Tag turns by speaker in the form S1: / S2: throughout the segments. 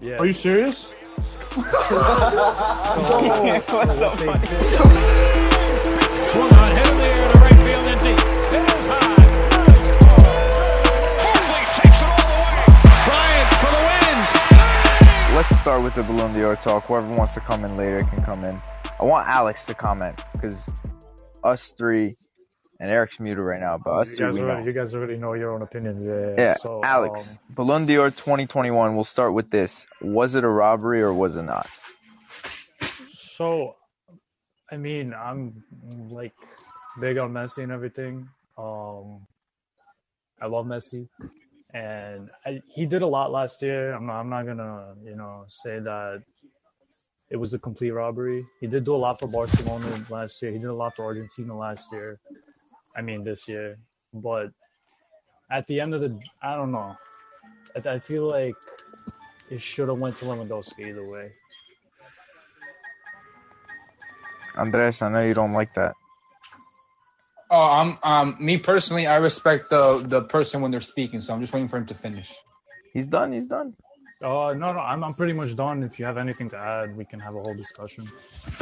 S1: Yeah.
S2: Are you serious?
S3: What's up, buddy?
S4: Swung on, hit in the air to right field and deep. It is high. Horsley takes it all the way. Bryant for the win.
S5: Let's start with the Balloon the Art talk. Whoever wants to come in later can come in. I want Alex to comment because us three and Eric's muted right now, but us
S1: You
S5: three
S1: guys,
S5: we
S1: already,
S5: know.
S1: you guys already know your own opinions. Yeah.
S5: Yeah,
S1: So,
S5: Alex,
S1: um,
S5: Balloon Dior 2021. We'll start with this. Was it a robbery or was it not?
S1: so, I mean, I'm like big on Messi and everything. Um, I love Messi, and I, he did a lot last year. I'm not, I'm not gonna, you know, say that it was a complete robbery. He did do a lot for Barcelona last year. He did a lot for Argentina last year. I mean, this year. But at the end of the, I don't know. I, I feel like it should have went to Lewandowski either way.
S5: Andres, I know you don't like that.
S3: Oh, I'm um me personally, I respect the the person when they're speaking, so I'm just waiting for him to finish.
S5: He's done. He's done.
S1: Uh, no, no, I'm, I'm pretty much done. If you have anything to add, we can have a whole discussion.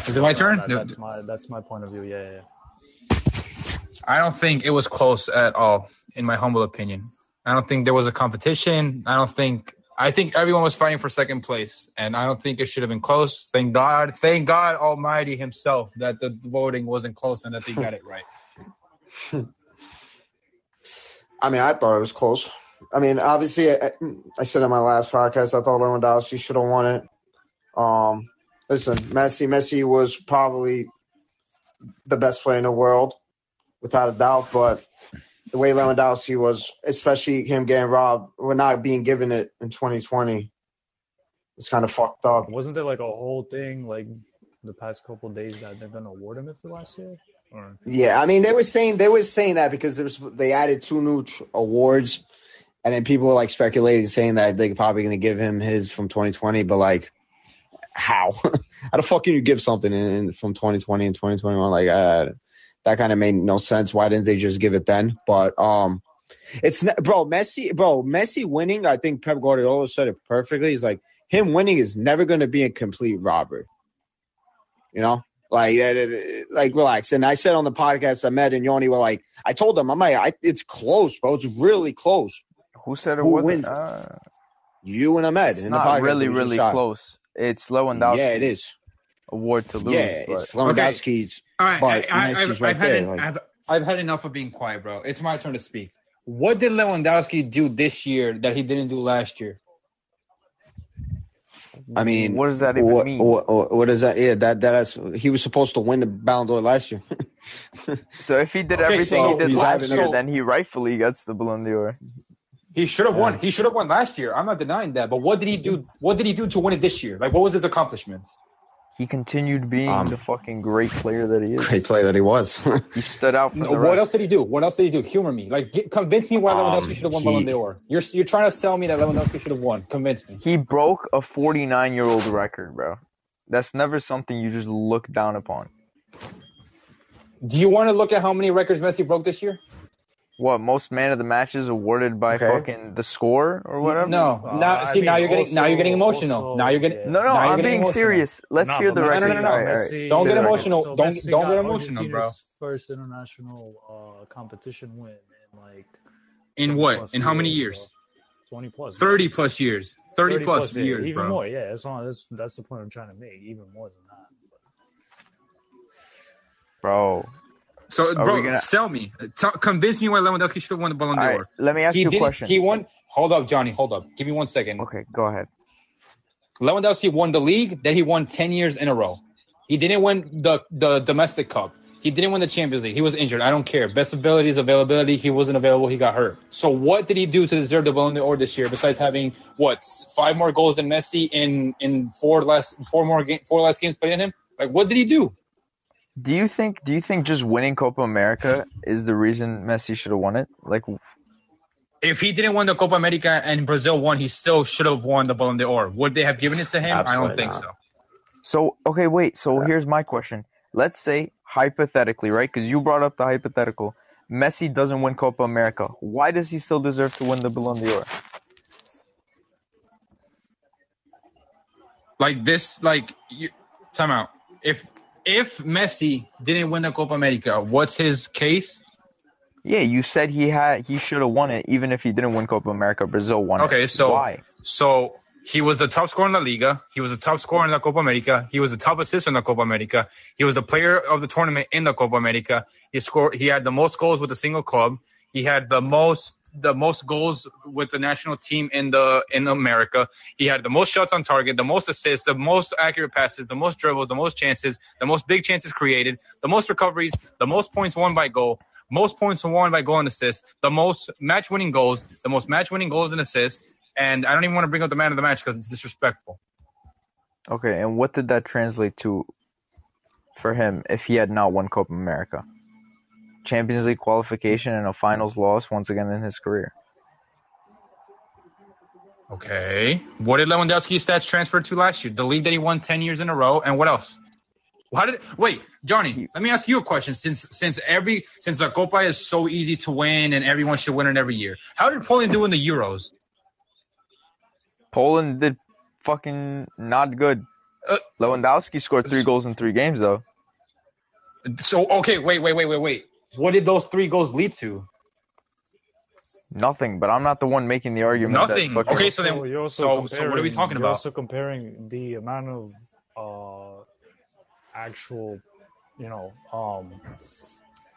S3: Is it my
S1: Uh,
S3: turn?
S1: that- that's my that's my point of view. Yeah, yeah, yeah.
S3: I don't think it was close at all, in my humble opinion. I don't think there was a competition. I don't think I think everyone was fighting for second place, and I don't think it should have been close. Thank God, thank God Almighty Himself that the voting wasn't close and that they got it right.
S6: I mean, I thought it was close. I mean, obviously, I, I said in my last podcast, I thought Lewandowski should have won it. Um, listen, Messi, Messi was probably the best player in the world, without a doubt. But the way Lewandowski was, especially him getting robbed, we're not being given it in 2020. It's kind of fucked up.
S1: Wasn't there like a whole thing like the past couple days that they're gonna award him it for last year? Or
S6: Yeah, I mean, they were saying they were saying that because there was, they added two new tr- awards, and then people were like speculating, saying that they're probably going to give him his from 2020. But like, how? how the fuck can you give something in, in from 2020 and 2021? Like, uh, that kind of made no sense. Why didn't they just give it then? But um, it's not, bro, Messi, bro, Messi winning. I think Pep Guardiola said it perfectly. He's like, him winning is never going to be a complete robbery. You know, like, uh, uh, like relax. And I said on the podcast, I met and Yoni were like, I told them, I'm like, I, it's close, bro. It's really close.
S5: Who said it
S6: Who
S5: wasn't?
S6: wins?
S5: Uh,
S6: You and Ahmed.
S5: it's
S6: in
S5: not
S6: the podcast,
S5: really,
S6: it was a
S5: really
S6: shot.
S5: close. It's Lewandowski.
S6: Yeah, it is.
S5: Award to lose.
S6: yeah,
S5: but-
S6: it's Lewandowski's.
S3: All right,
S6: But
S3: I, I,
S6: Messi's
S3: I've, I've,
S6: right
S3: had
S6: there,
S3: en-
S6: like-
S3: I've, I've had enough of being quiet, bro. It's my turn to speak. What did Lewandowski do this year that he didn't do last year?
S6: I mean,
S5: what does that even
S6: what,
S5: mean?
S6: What, what, what is that? Yeah, that that's he was supposed to win the Ballon d'Or last year.
S5: So if he did
S3: Okay,
S5: everything
S3: so
S5: he did
S6: he's
S5: last
S6: having
S5: year,
S3: a-
S5: then he rightfully gets the Ballon d'Or.
S3: He should have won. He should have won last year. I'm not denying that. But what did he do? What did he do to win it this year? Like, what was his accomplishments?
S5: He continued being
S6: Um,
S5: the fucking great player that he is.
S6: Great play that he was.
S5: He stood out for
S3: No,
S5: the
S3: what
S5: rest.
S3: else did he do? What else did he do? Humor me. Like, get, convince me why Lewandowski
S6: Um,
S3: should have won
S6: he-
S3: Ballon d'Or. You're you're trying to sell me that Lewandowski should have won. Convince me.
S5: he broke a 49 year old record, bro. That's never something you just look down upon.
S3: Do you want to look at how many records Messi broke this year?
S5: What most man of the matches awarded by
S6: Okay.
S5: fucking the score or whatever?
S3: No.
S1: Uh,
S3: now,
S1: I
S3: see, now
S1: mean,
S3: you're getting now you're getting
S1: also-
S3: emotional.
S1: also,
S3: now you're getting
S1: yeah.
S5: no,
S3: now
S5: no.
S3: you're
S5: I'm
S3: getting
S5: being
S3: emotional.
S5: serious. Let's
S1: Nah,
S5: hear
S1: but
S5: the
S1: Messi-
S5: record.
S3: No, no, no, no,
S5: All right, all right.
S1: Messi-
S3: Don't
S5: Say
S3: get
S5: the record.
S3: emotional. Don't-
S1: Messi
S3: don't
S1: got
S3: get emotional, bro.
S1: Argentina's First international uh, competition win in like
S3: In
S1: 20
S3: what?
S1: plus
S3: In how many years?
S1: bro. Twenty plus.
S3: Thirty plus years. Thirty, plus,
S1: yeah,
S3: years,
S1: even
S3: bro.
S1: more. Yeah, that's, not, that's that's the point I'm trying to make. Even more than that.
S5: bro.
S3: So,
S5: Are
S3: bro,
S5: we gonna-
S3: sell me. Tell, convince me why Lewandowski should have won the Ballon
S5: All right,
S3: d'Or.
S5: let me ask
S3: He
S5: you a
S3: did.
S5: question.
S3: He won. Hold up, Johnny. Hold up. Give me one second.
S5: Okay, go ahead.
S3: Lewandowski won the league. Then he won ten years in a row. He didn't win the the domestic cup. He didn't win the Champions League. He was injured. I don't care. Best ability is availability. He wasn't available. He got hurt. So what did he do to deserve the Ballon d'Or this year? Besides having what five more goals than Messi in in four less four more game, four less games played in him. Like what did he do?
S5: Do you think? Do you think just winning Copa America is the reason Messi should have won it? Like,
S3: If he didn't win the Copa America and Brazil won, he still should have won the Ballon d'Or. Would they have given it to him? I don't
S6: Absolutely
S3: think
S6: not.
S3: so.
S5: So okay, wait. So here's my question. Let's say hypothetically, right? Because you brought up the hypothetical. Messi doesn't win Copa America. Why does he still deserve to win the Ballon d'Or?
S3: Like this, like you, time out. If if Messi didn't win the Copa America, what's his case?
S5: Yeah, you said he had he should have won it even if he didn't win Copa America. Brazil won it.
S3: Okay, so
S5: why?
S3: So he was the top scorer in La Liga. He was the top scorer in the Copa America. He was the top assist in the Copa America. He was the player of the tournament in the Copa America. He scored. He had the most goals with a single club. He had the most the most goals with the national team in the in America. He had the most shots on target, the most assists, the most accurate passes, the most dribbles, the most chances, the most big chances created, the most recoveries, the most points won by goal, most points won by goal and assists, the most match winning goals, the most match winning goals and assists. And I don't even want to bring up the man of the match because it's disrespectful.
S5: Okay, and what did that translate to for him if he had not won Copa America? Champions League qualification and a finals loss once again in his career.
S3: Okay. What did Lewandowski's stats transfer to last year? The league that he won 10 years in a row, and what else? How did wait, Johnny? Let me ask you a question. Since since every since the Copa is so easy to win and everyone should win it every year, how did Poland do in the Euros?
S5: Poland did fucking not good.
S3: Uh,
S5: Lewandowski scored three goals in three games though.
S3: So okay, wait, wait, wait, wait, wait. What did those three goals lead to?
S5: Nothing, but I'm not the one making the argument. that
S3: Nothing.
S5: fucking-
S3: Okay, so then
S1: you're
S3: so
S1: also
S3: so, what are we
S1: comparing-
S3: talking
S1: You're
S3: about?
S1: also comparing the amount of uh, actual, you know, um,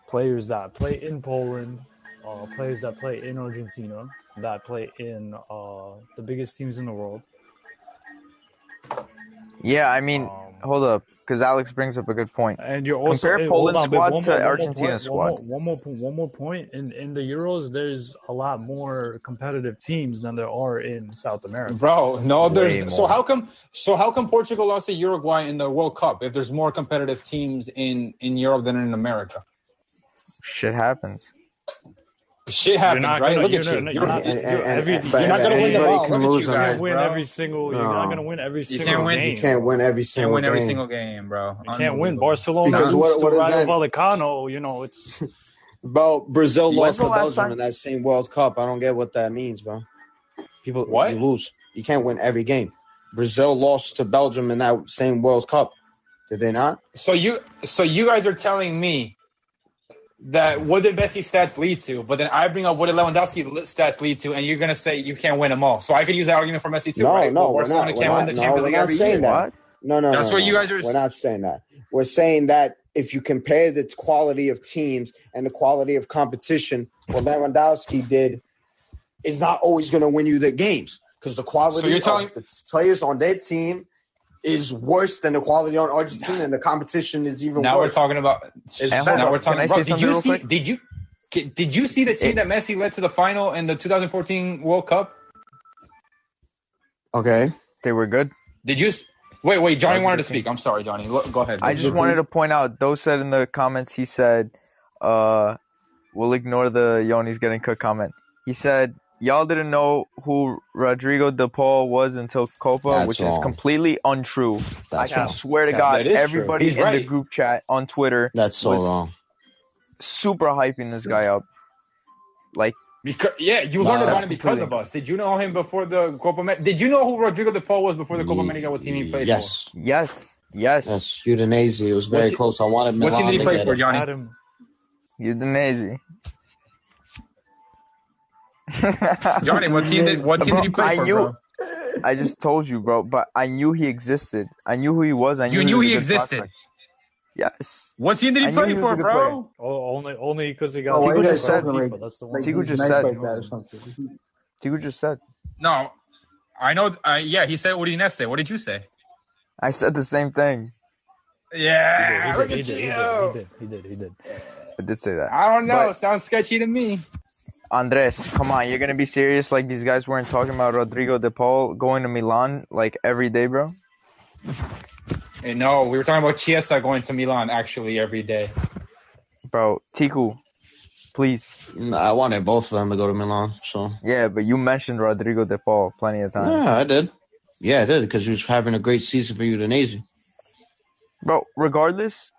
S1: players that play in Poland, uh, players that play in Argentina, that play in uh, the biggest teams in the world.
S5: Yeah, I mean,
S1: Um,
S5: hold up, because Alex brings up a good point.
S1: And you're also eh,
S5: Compare
S1: hold
S5: Poland's
S1: on, babe,
S5: squad
S1: one
S5: to
S1: more- one more
S5: Argentina's
S1: point- one more- One more, po- one more point. In in the Euros, there's a lot more competitive teams than there are in South America.
S3: Bro, no,
S5: Way
S3: there's so
S5: more.
S3: how come so how come Portugal lost to Uruguay in the World Cup if there's more competitive teams in in Europe than in America?
S5: Shit happens.
S3: Shit happens, right? Look at you.
S1: not-
S3: You're
S1: not-
S3: not-
S1: you're-
S6: and-
S1: every-
S6: and-
S1: you're
S3: You're not
S1: not
S3: gonna win the
S1: everybody
S3: ball.
S1: can
S3: Look at
S6: lose
S3: you
S6: on
S3: guys,
S1: win
S3: bro.
S1: every single. You're not
S6: No.
S1: gonna win every single.
S3: can't win.
S1: Game.
S3: You
S6: You can't win every single.
S3: Can't win every
S6: game.
S3: single game, bro.
S1: You can't win.
S3: Unbelievable.
S1: Barcelona
S6: Because
S1: lose
S6: what- what
S1: to
S6: does
S1: Rayo
S6: that-
S1: Vallecano. You know, it's
S6: Bro, Brazil
S5: When's
S6: lost
S5: the
S6: to
S5: last
S6: Belgium
S5: time-
S6: in that same World Cup. I don't get what that means, bro. People,
S3: What?
S6: you lose. You can't win every game. Brazil lost to Belgium in that same World Cup. Did they not?
S3: So you so you guys are telling me that what did Messi's stats lead to? But then I bring up what did Lewandowski's li- stats lead to, and you're gonna say you can't win them all. So I could use that argument for Messi too,
S6: No,
S3: right?
S6: no,
S3: Well,
S6: we're not-
S3: Barcelona
S6: we're
S3: can't
S6: not-
S3: win the
S6: no,
S3: Champions
S6: we're
S3: League
S6: not
S3: every
S6: saying
S3: year.
S6: that.
S5: What?
S6: No, no,
S3: That's
S6: no,
S3: what
S6: no,
S3: you
S6: no.
S3: guys are-
S6: We're not saying that. We're saying that if you compare the quality of teams and the quality of competition, what Lewandowski did is not always going to win you the games because the quality
S3: So you're telling-
S6: of the players on their team is worse than the quality on Argentina, and the competition is even
S3: Now we're
S6: worse.
S3: talking about.
S5: And hold
S3: now
S5: on,
S3: we're
S5: can
S3: talking.
S5: I say
S3: Bro, did
S5: something
S3: you
S5: real
S3: see?
S5: quick?
S3: Did you? Did you see the team that Messi led to the final in the 2014 World Cup?
S6: okay.
S5: They were good.
S3: Did you? s- Wait, wait. Johnny
S5: That was a
S3: wanted to
S5: good
S3: speak. I'm sorry, Johnny. Lo- Go ahead.
S5: I just wanted to point out, Though said in the comments, he said, uh, we'll ignore the Yoni's getting cooked comment. He said, y'all didn't know who Rodrigo De Paul was until Copa,
S6: That's
S5: which is
S6: wrong.
S5: completely untrue.
S6: That's
S5: I can
S1: wrong.
S5: swear to
S6: That-
S5: God,
S3: that is true.
S5: everybody
S3: He's
S5: in the
S3: right.
S5: group chat on Twitter
S6: That's so
S5: was
S6: wrong.
S5: super hyping this guy up. Like,
S3: Because, yeah, you
S6: Nah,
S3: learned about
S6: that's
S3: him because of
S5: completely-
S3: us. Did you know him before the Copa? Amer- Did you know who Rodrigo De Paul was before the Copa
S6: Ye-
S3: America? What team he played
S6: yes,
S5: yes, yes,
S6: yes, Udinese. It was very
S3: What te-
S6: close. I wanted
S3: for? What
S6: Milan.
S3: team did he
S6: to
S3: play
S6: get
S3: for,
S6: it.
S3: Johnny?
S1: Adam.
S5: Udinese.
S3: Johnny, what team did what team
S5: Bro,
S3: did he play
S5: I
S3: for,
S5: knew-
S3: bro?
S5: I just told you, bro, but I knew he existed. I knew who he was. I knew
S3: You knew
S5: was a
S3: he
S5: good
S3: existed.
S5: prospect. Yes.
S3: What team did he
S5: I knew
S3: play
S5: he was a
S3: for,
S5: good
S3: bro?
S1: Oh, only only because he got.
S5: Oh, why
S1: signed
S5: you
S1: by
S5: guys said,
S1: FIFA,
S2: like-
S1: that's the one.
S2: Like,
S5: Tigu
S2: he's
S5: just
S2: nice
S5: said-
S2: like that or something.
S5: See what you just said.
S3: No, I know. I yeah, he said. What did Ines say? What did you say?
S5: I said the same thing.
S3: Yeah,
S1: He
S3: look
S1: did, he
S3: at
S1: did, he did, he
S3: you.
S1: did, he did, he did.
S5: I did say that.
S3: I don't know.
S5: But-
S3: Sounds sketchy to me.
S5: Andres, come on, you're gonna be serious? Like these guys weren't talking about Rodrigo De Paul going to Milan like every day, bro.
S3: Hey, no, we were talking about Chiesa going to Milan actually every day.
S5: Bro, Tiku, please.
S7: Mm,
S6: No, I wanted both of them to go to Milan. So
S5: Yeah, but you mentioned Rodrigo De Paul plenty of times,
S6: yeah, I did. Yeah, I did because he was having a great season for Udinese.
S5: bro. Regardless,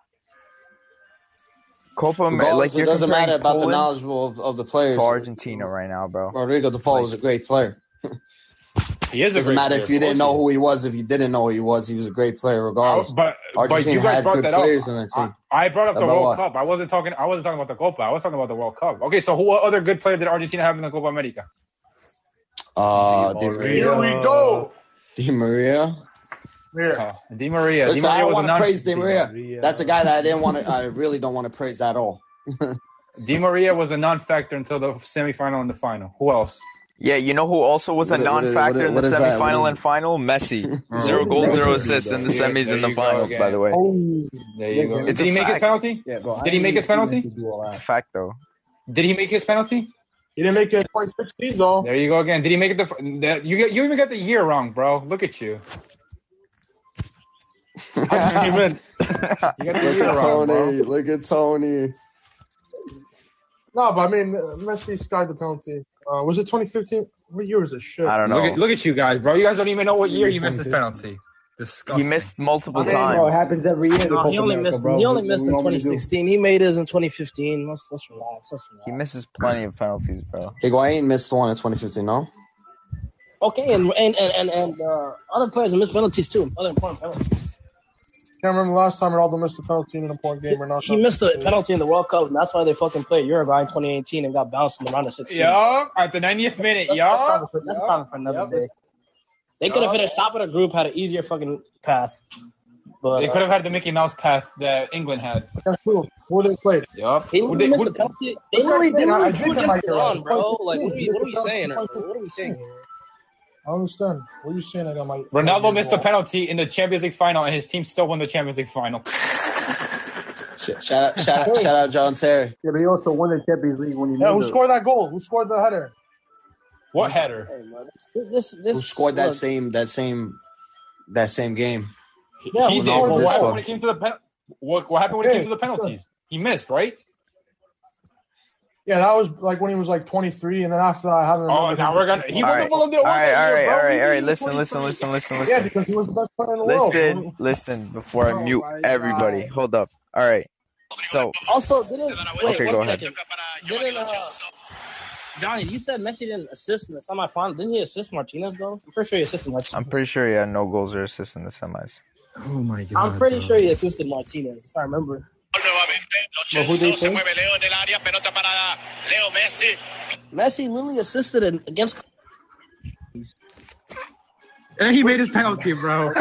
S5: Copa, Amer-
S6: Regardless,
S5: like
S6: it
S5: you're
S6: doesn't
S5: comparing
S6: matter about the
S5: Poland
S6: knowledgeable of, of the players.
S5: to Argentina right now, bro.
S6: Rodrigo De Paul was a great player.
S3: He is a
S7: Doesn't
S3: great
S7: matter
S3: player,
S7: if you
S3: of course
S7: didn't know
S3: he
S7: who he was. If you didn't know who he was, he was a great player
S3: I-
S7: regardless.
S3: but but
S7: Argentina
S3: you guys
S7: had
S3: brought
S7: good
S3: that up.
S7: players in that team.
S3: I, I brought up the
S7: About
S3: World
S7: what?
S3: Cup. I wasn't talking. I wasn't talking about the Copa. I was talking about the World Cup. Okay, so who other good player did Argentina have in the Copa America?
S7: Uh, Di
S1: Di
S2: Here
S7: Maria.
S1: Maria.
S2: we go.
S7: Di Maria.
S2: Yeah.
S3: Uh, Di Maria.
S7: Listen,
S3: Di Maria
S7: I don't
S3: was a
S7: want to
S3: non-
S7: praise Di
S1: Di
S7: Maria.
S1: Maria.
S7: That's a guy that I didn't want to. I really don't want to praise at all.
S3: Di Maria was a non-factor until the semifinal and the final. Who else?
S5: Yeah, you know who also was
S7: What
S5: a
S7: i- what i-
S5: non-factor
S7: what i-
S5: in
S7: what
S5: the
S7: is that? What
S5: semifinal
S7: is
S5: and
S7: it?
S5: final? Messi, zero
S7: Right.
S5: goals, zero
S7: Right.
S5: assists in the
S3: There-
S5: semis
S3: there
S5: and the
S3: you go
S5: finals. By
S3: again.
S5: the way,
S6: Oh,
S3: There you go.
S6: It's
S5: a
S3: Did he make his
S5: fact.
S3: penalty?
S6: yeah, bro. I
S3: Did he
S6: didn't
S3: make
S6: even
S3: his
S6: see
S3: penalty?
S6: Messi do all
S5: it's a
S6: that.
S5: fact though.
S3: Did he make his penalty?
S2: He didn't make it in 2016 though.
S3: There you go again. Did he make it the? That, you got- you even got the year wrong, bro. Look at you.
S7: Look at
S3: You got the year wrong, bro.
S7: Tony. Look at Tony.
S2: No, but I mean, Messi skied the penalty. Uh, was it 2015? What year was it? Shit.
S5: I don't know.
S3: Look at, look at you guys, bro. You guys don't even know what year you missed his penalty. Disgusting.
S5: he missed multiple
S2: I mean,
S6: Bro, it
S5: times.
S6: happens every year.
S8: No, he only missed. He only missed in
S6: 2016.
S8: 2016. He made his in 2015. Let's let's relax. Let's
S5: He
S8: relax.
S5: misses plenty of penalties, bro.
S7: Higuain missed one in 2015. No,
S8: Okay, and and and and, and uh, other players miss penalties too. Other important penalties.
S2: Can't remember the last time Ronaldo missed a penalty in an important game or not.
S8: He missed a penalty in the World Cup, and that's why they fucking played Uruguay in 2018 and got bounced in the round of 16.
S3: Yeah, at the 90th minute,
S8: That's, that's,
S3: yeah.
S8: topic for, that's topic for another
S3: Yeah.
S8: day. They could have
S3: Yeah.
S8: finished top of the group, had an easier fucking path. But
S3: They
S8: uh,
S3: could have had the Mickey Mouse path that England had.
S2: That's cool. Who they played?
S3: Yup.
S8: They
S3: Who
S8: literally
S3: they-
S8: missed
S3: who-
S8: a penalty. They literally, they
S2: I- I
S8: literally
S2: did
S8: drew
S2: get
S8: against
S2: my
S8: the
S2: hero.
S8: lawn, bro. Like, what are, we,
S2: He
S8: what are we
S2: missed a
S8: saying?
S2: penalty.
S8: What are we saying? here?
S2: I don't understand. What are you saying? I got my
S3: Ronaldo missed a
S2: penalty.
S3: penalty in the Champions League final, and his team still won the Champions League final.
S7: Sh- shout out, shout out, shout out, John Terry.
S6: Yeah, but he also won the Champions League when he
S2: Yeah, who
S6: made it.
S2: scored that goal? Who scored the header?
S3: What header?
S8: Hey, man, this, this, this,
S7: Who scored that
S8: look,
S7: same that same that same game?
S2: Yeah,
S3: he
S2: who
S3: did.
S2: scored
S3: Well,
S2: this
S3: what happened
S7: one?
S3: when it came to the pen- what, what happened when it
S2: Hey,
S3: came to the penalties? He missed, right?
S2: Yeah, that was like when he was like 23, and then after that, I haven't.
S3: Oh,
S2: remembered
S3: now
S2: him.
S3: we're gonna. He won
S5: All right,
S3: the Ballon d'Or.
S5: all right,
S3: that
S5: all
S3: year,
S5: right,
S3: bro.
S5: all
S3: He
S5: right, all right.
S3: was
S5: Listen, listen,
S3: 23.
S5: listen, listen,
S2: Yeah,
S5: listen.
S2: because he was the best player in the world.
S5: Listen, listen before I
S2: Oh
S5: mute
S2: my
S5: everybody.
S2: God.
S5: Hold up. All right. So,
S8: Also, didn't wait
S5: okay,
S8: one
S5: go ahead.
S8: second. Didn't uh, Johnny? You said Messi didn't assist in the semifinal. Didn't he assist Martinez though? I'm pretty sure he assisted Martinez.
S5: I'm pretty sure he had no goals or assists in the semis.
S6: Oh my god.
S8: I'm pretty
S6: bro.
S8: sure he assisted Martinez, if I remember.
S9: But who they play?
S8: Messi literally assisted in, against.
S3: And he made his penalty, bro.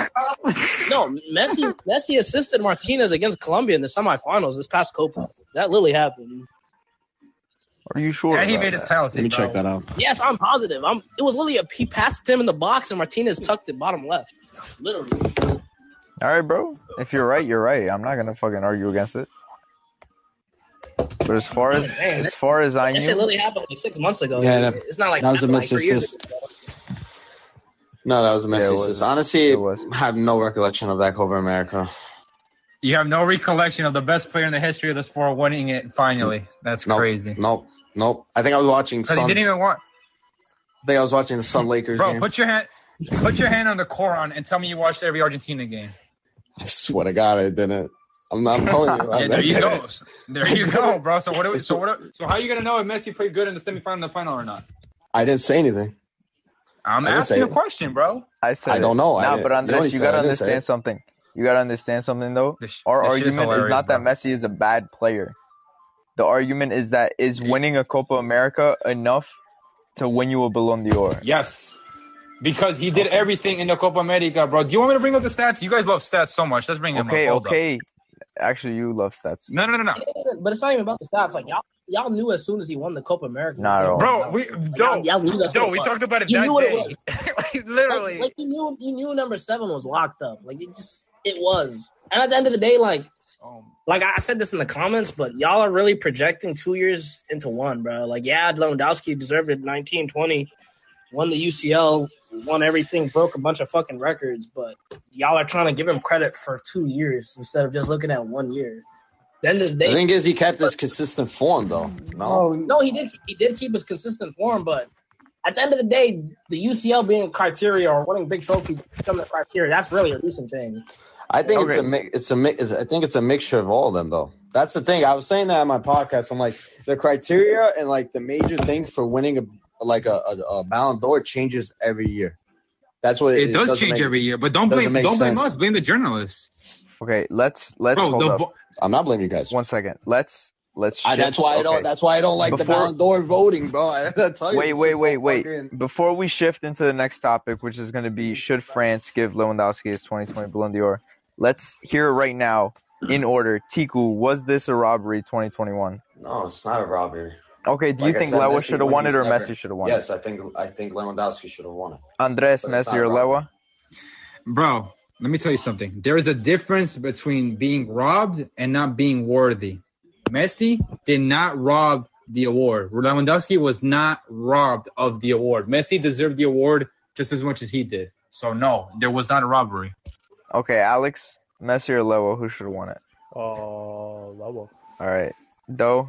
S8: No, Messi. Messi assisted Martinez against Colombia in the semifinals this past Copa. That literally happened.
S5: Are you sure?
S3: And he
S5: about
S3: made his
S5: that?
S3: penalty.
S7: Let me check
S3: bro.
S7: that out.
S8: Yes, I'm positive. I'm. It was literally a. He passed him in the box, and Martinez tucked it bottom left. Literally.
S5: All right, bro. If you're right, you're right. I'm not gonna fucking argue against it. But as far as as far as I
S8: That shit
S5: knew,
S8: literally happened like six months ago.
S7: Yeah, that-
S8: it's not like
S7: that was a
S8: happened, like,
S7: missed
S8: three years
S7: assist.
S8: ago.
S7: No, that was a
S5: Yeah, it
S7: messy
S5: was.
S7: assist. Honestly,
S5: It was.
S7: I have no recollection of that Copa America.
S3: You have no recollection of the best player in the history of the sport winning it finally. That's
S7: Nope.
S3: crazy.
S7: Nope. Nope. I think I was watching
S3: Because he
S7: Suns.
S3: didn't even want.
S7: I think I was watching the Sun Lakers
S3: Bro,
S7: game.
S3: put your hand, put your hand on the Koran and tell me you watched every Argentina game.
S7: I swear to God, I didn't. I'm not I'm telling you. I
S3: Yeah, there you
S7: didn't.
S3: go. There you go, bro. So what? Do we, so what? do- So how are you gonna know if Messi played good in the semifinal and the final or not?
S7: I didn't say anything.
S3: I'm
S7: I didn't say
S3: asking a
S7: it.
S3: question, bro.
S5: I said
S7: I
S5: it.
S7: don't know. I
S5: Nah,
S7: didn't-
S5: but
S7: you
S5: Andres,
S7: already
S5: you
S7: said it.
S5: gotta
S7: I didn't say
S5: understand
S7: it.
S5: something. You gotta understand something though.
S3: This sh-
S5: Our
S3: this shit is
S5: argument is
S3: hilarious,
S5: not that
S3: bro.
S5: Messi is a bad player. The argument is that is
S3: Yeah.
S5: winning a Copa America enough to win you a Ballon d'Or.
S3: Yes, because he did everything in the Copa America, bro. Do you want me to bring up the stats? You guys love stats so much. Let's bring them
S5: Okay,
S3: up. Hold Up.
S5: okay. Actually, you love stats.
S3: No, no, no, no,
S8: But it's not even about the stats. Like y'all, y'all knew as soon as he won the Copa America.
S5: Not at all.
S3: bro. We,
S8: Like,
S3: do
S8: y'all, y'all knew that's
S3: No,
S8: what it
S3: we
S8: was.
S3: talked about it
S8: You
S3: that
S8: knew what it
S3: day.
S8: was.
S3: like,
S8: Like,
S3: literally.
S8: like you knew, you knew number seven was locked up. Like it just, it was. And at the end of the day, like,
S3: Oh,
S8: like I said this in the comments, but y'all are really projecting two years into one, bro. Like, yeah, Lewandowski deserved it. 19, 20, won the UCL, won everything, broke a bunch of fucking records. But y'all are trying to give him credit for two years instead of just looking at one year. Then the
S7: The
S8: day
S7: thing is, he kept his consistent form, though. No.
S6: Oh,
S8: No, he did. He did keep his consistent form, but at the end of the day, the UCL being criteria or winning big trophies becoming the criteria. That's really a recent thing.
S7: I think it's
S5: Okay.
S7: a mi- it's a mi- is- I think it's a mixture of all of them though. That's the thing. I was saying that on my podcast. I'm like the criteria and like the major thing for winning a like a, a, a Ballon d'Or changes every year.
S6: That's what
S3: It does
S6: doesn't
S3: change
S6: make-
S3: every year, but don't blame
S6: doesn't make
S3: don't blame
S6: sense.
S3: us. Blame the journalists,
S5: Okay, let's let's
S3: bro.
S5: hold
S3: The
S5: up.
S3: vo-
S6: I'm not blaming you guys.
S5: One second. Let's let's.
S6: I,
S5: shift-
S6: that's why I don't.
S5: okay.
S6: That's why I don't like the
S5: Before-
S6: Ballon d'Or voting, bro. I, I tell you,
S5: wait,
S6: this
S5: wait,
S6: shit's all
S5: wait, wait.
S6: fucking-
S5: Before we shift into the next topic, which is going to be should France give Lewandowski his 2020 Ballon d'Or? Let's hear it right now in order. Tiku, was this a robbery 2021?
S6: No, it's not a robbery.
S5: Okay, do you
S6: Like I
S5: think
S6: said,
S5: Lewa
S6: Messi
S5: should have
S6: won
S5: won it
S6: this
S5: or
S6: never.
S5: Messi should have won
S6: Yes, I think I think Lewandowski should have won it.
S5: it? Andres,
S6: But it's
S5: Messi,
S6: not a
S5: or
S6: robbery.
S5: Lewa?
S3: bro. Let me tell you something. There is a difference between being robbed and not being worthy. Messi did not rob the award. Lewandowski was not robbed of the award. Messi deserved the award just as much as he did. So no, there was not a robbery.
S5: Okay, Alex, Messi, or Lewa? Who should have won it?
S1: Oh, level.
S5: All right, Doe.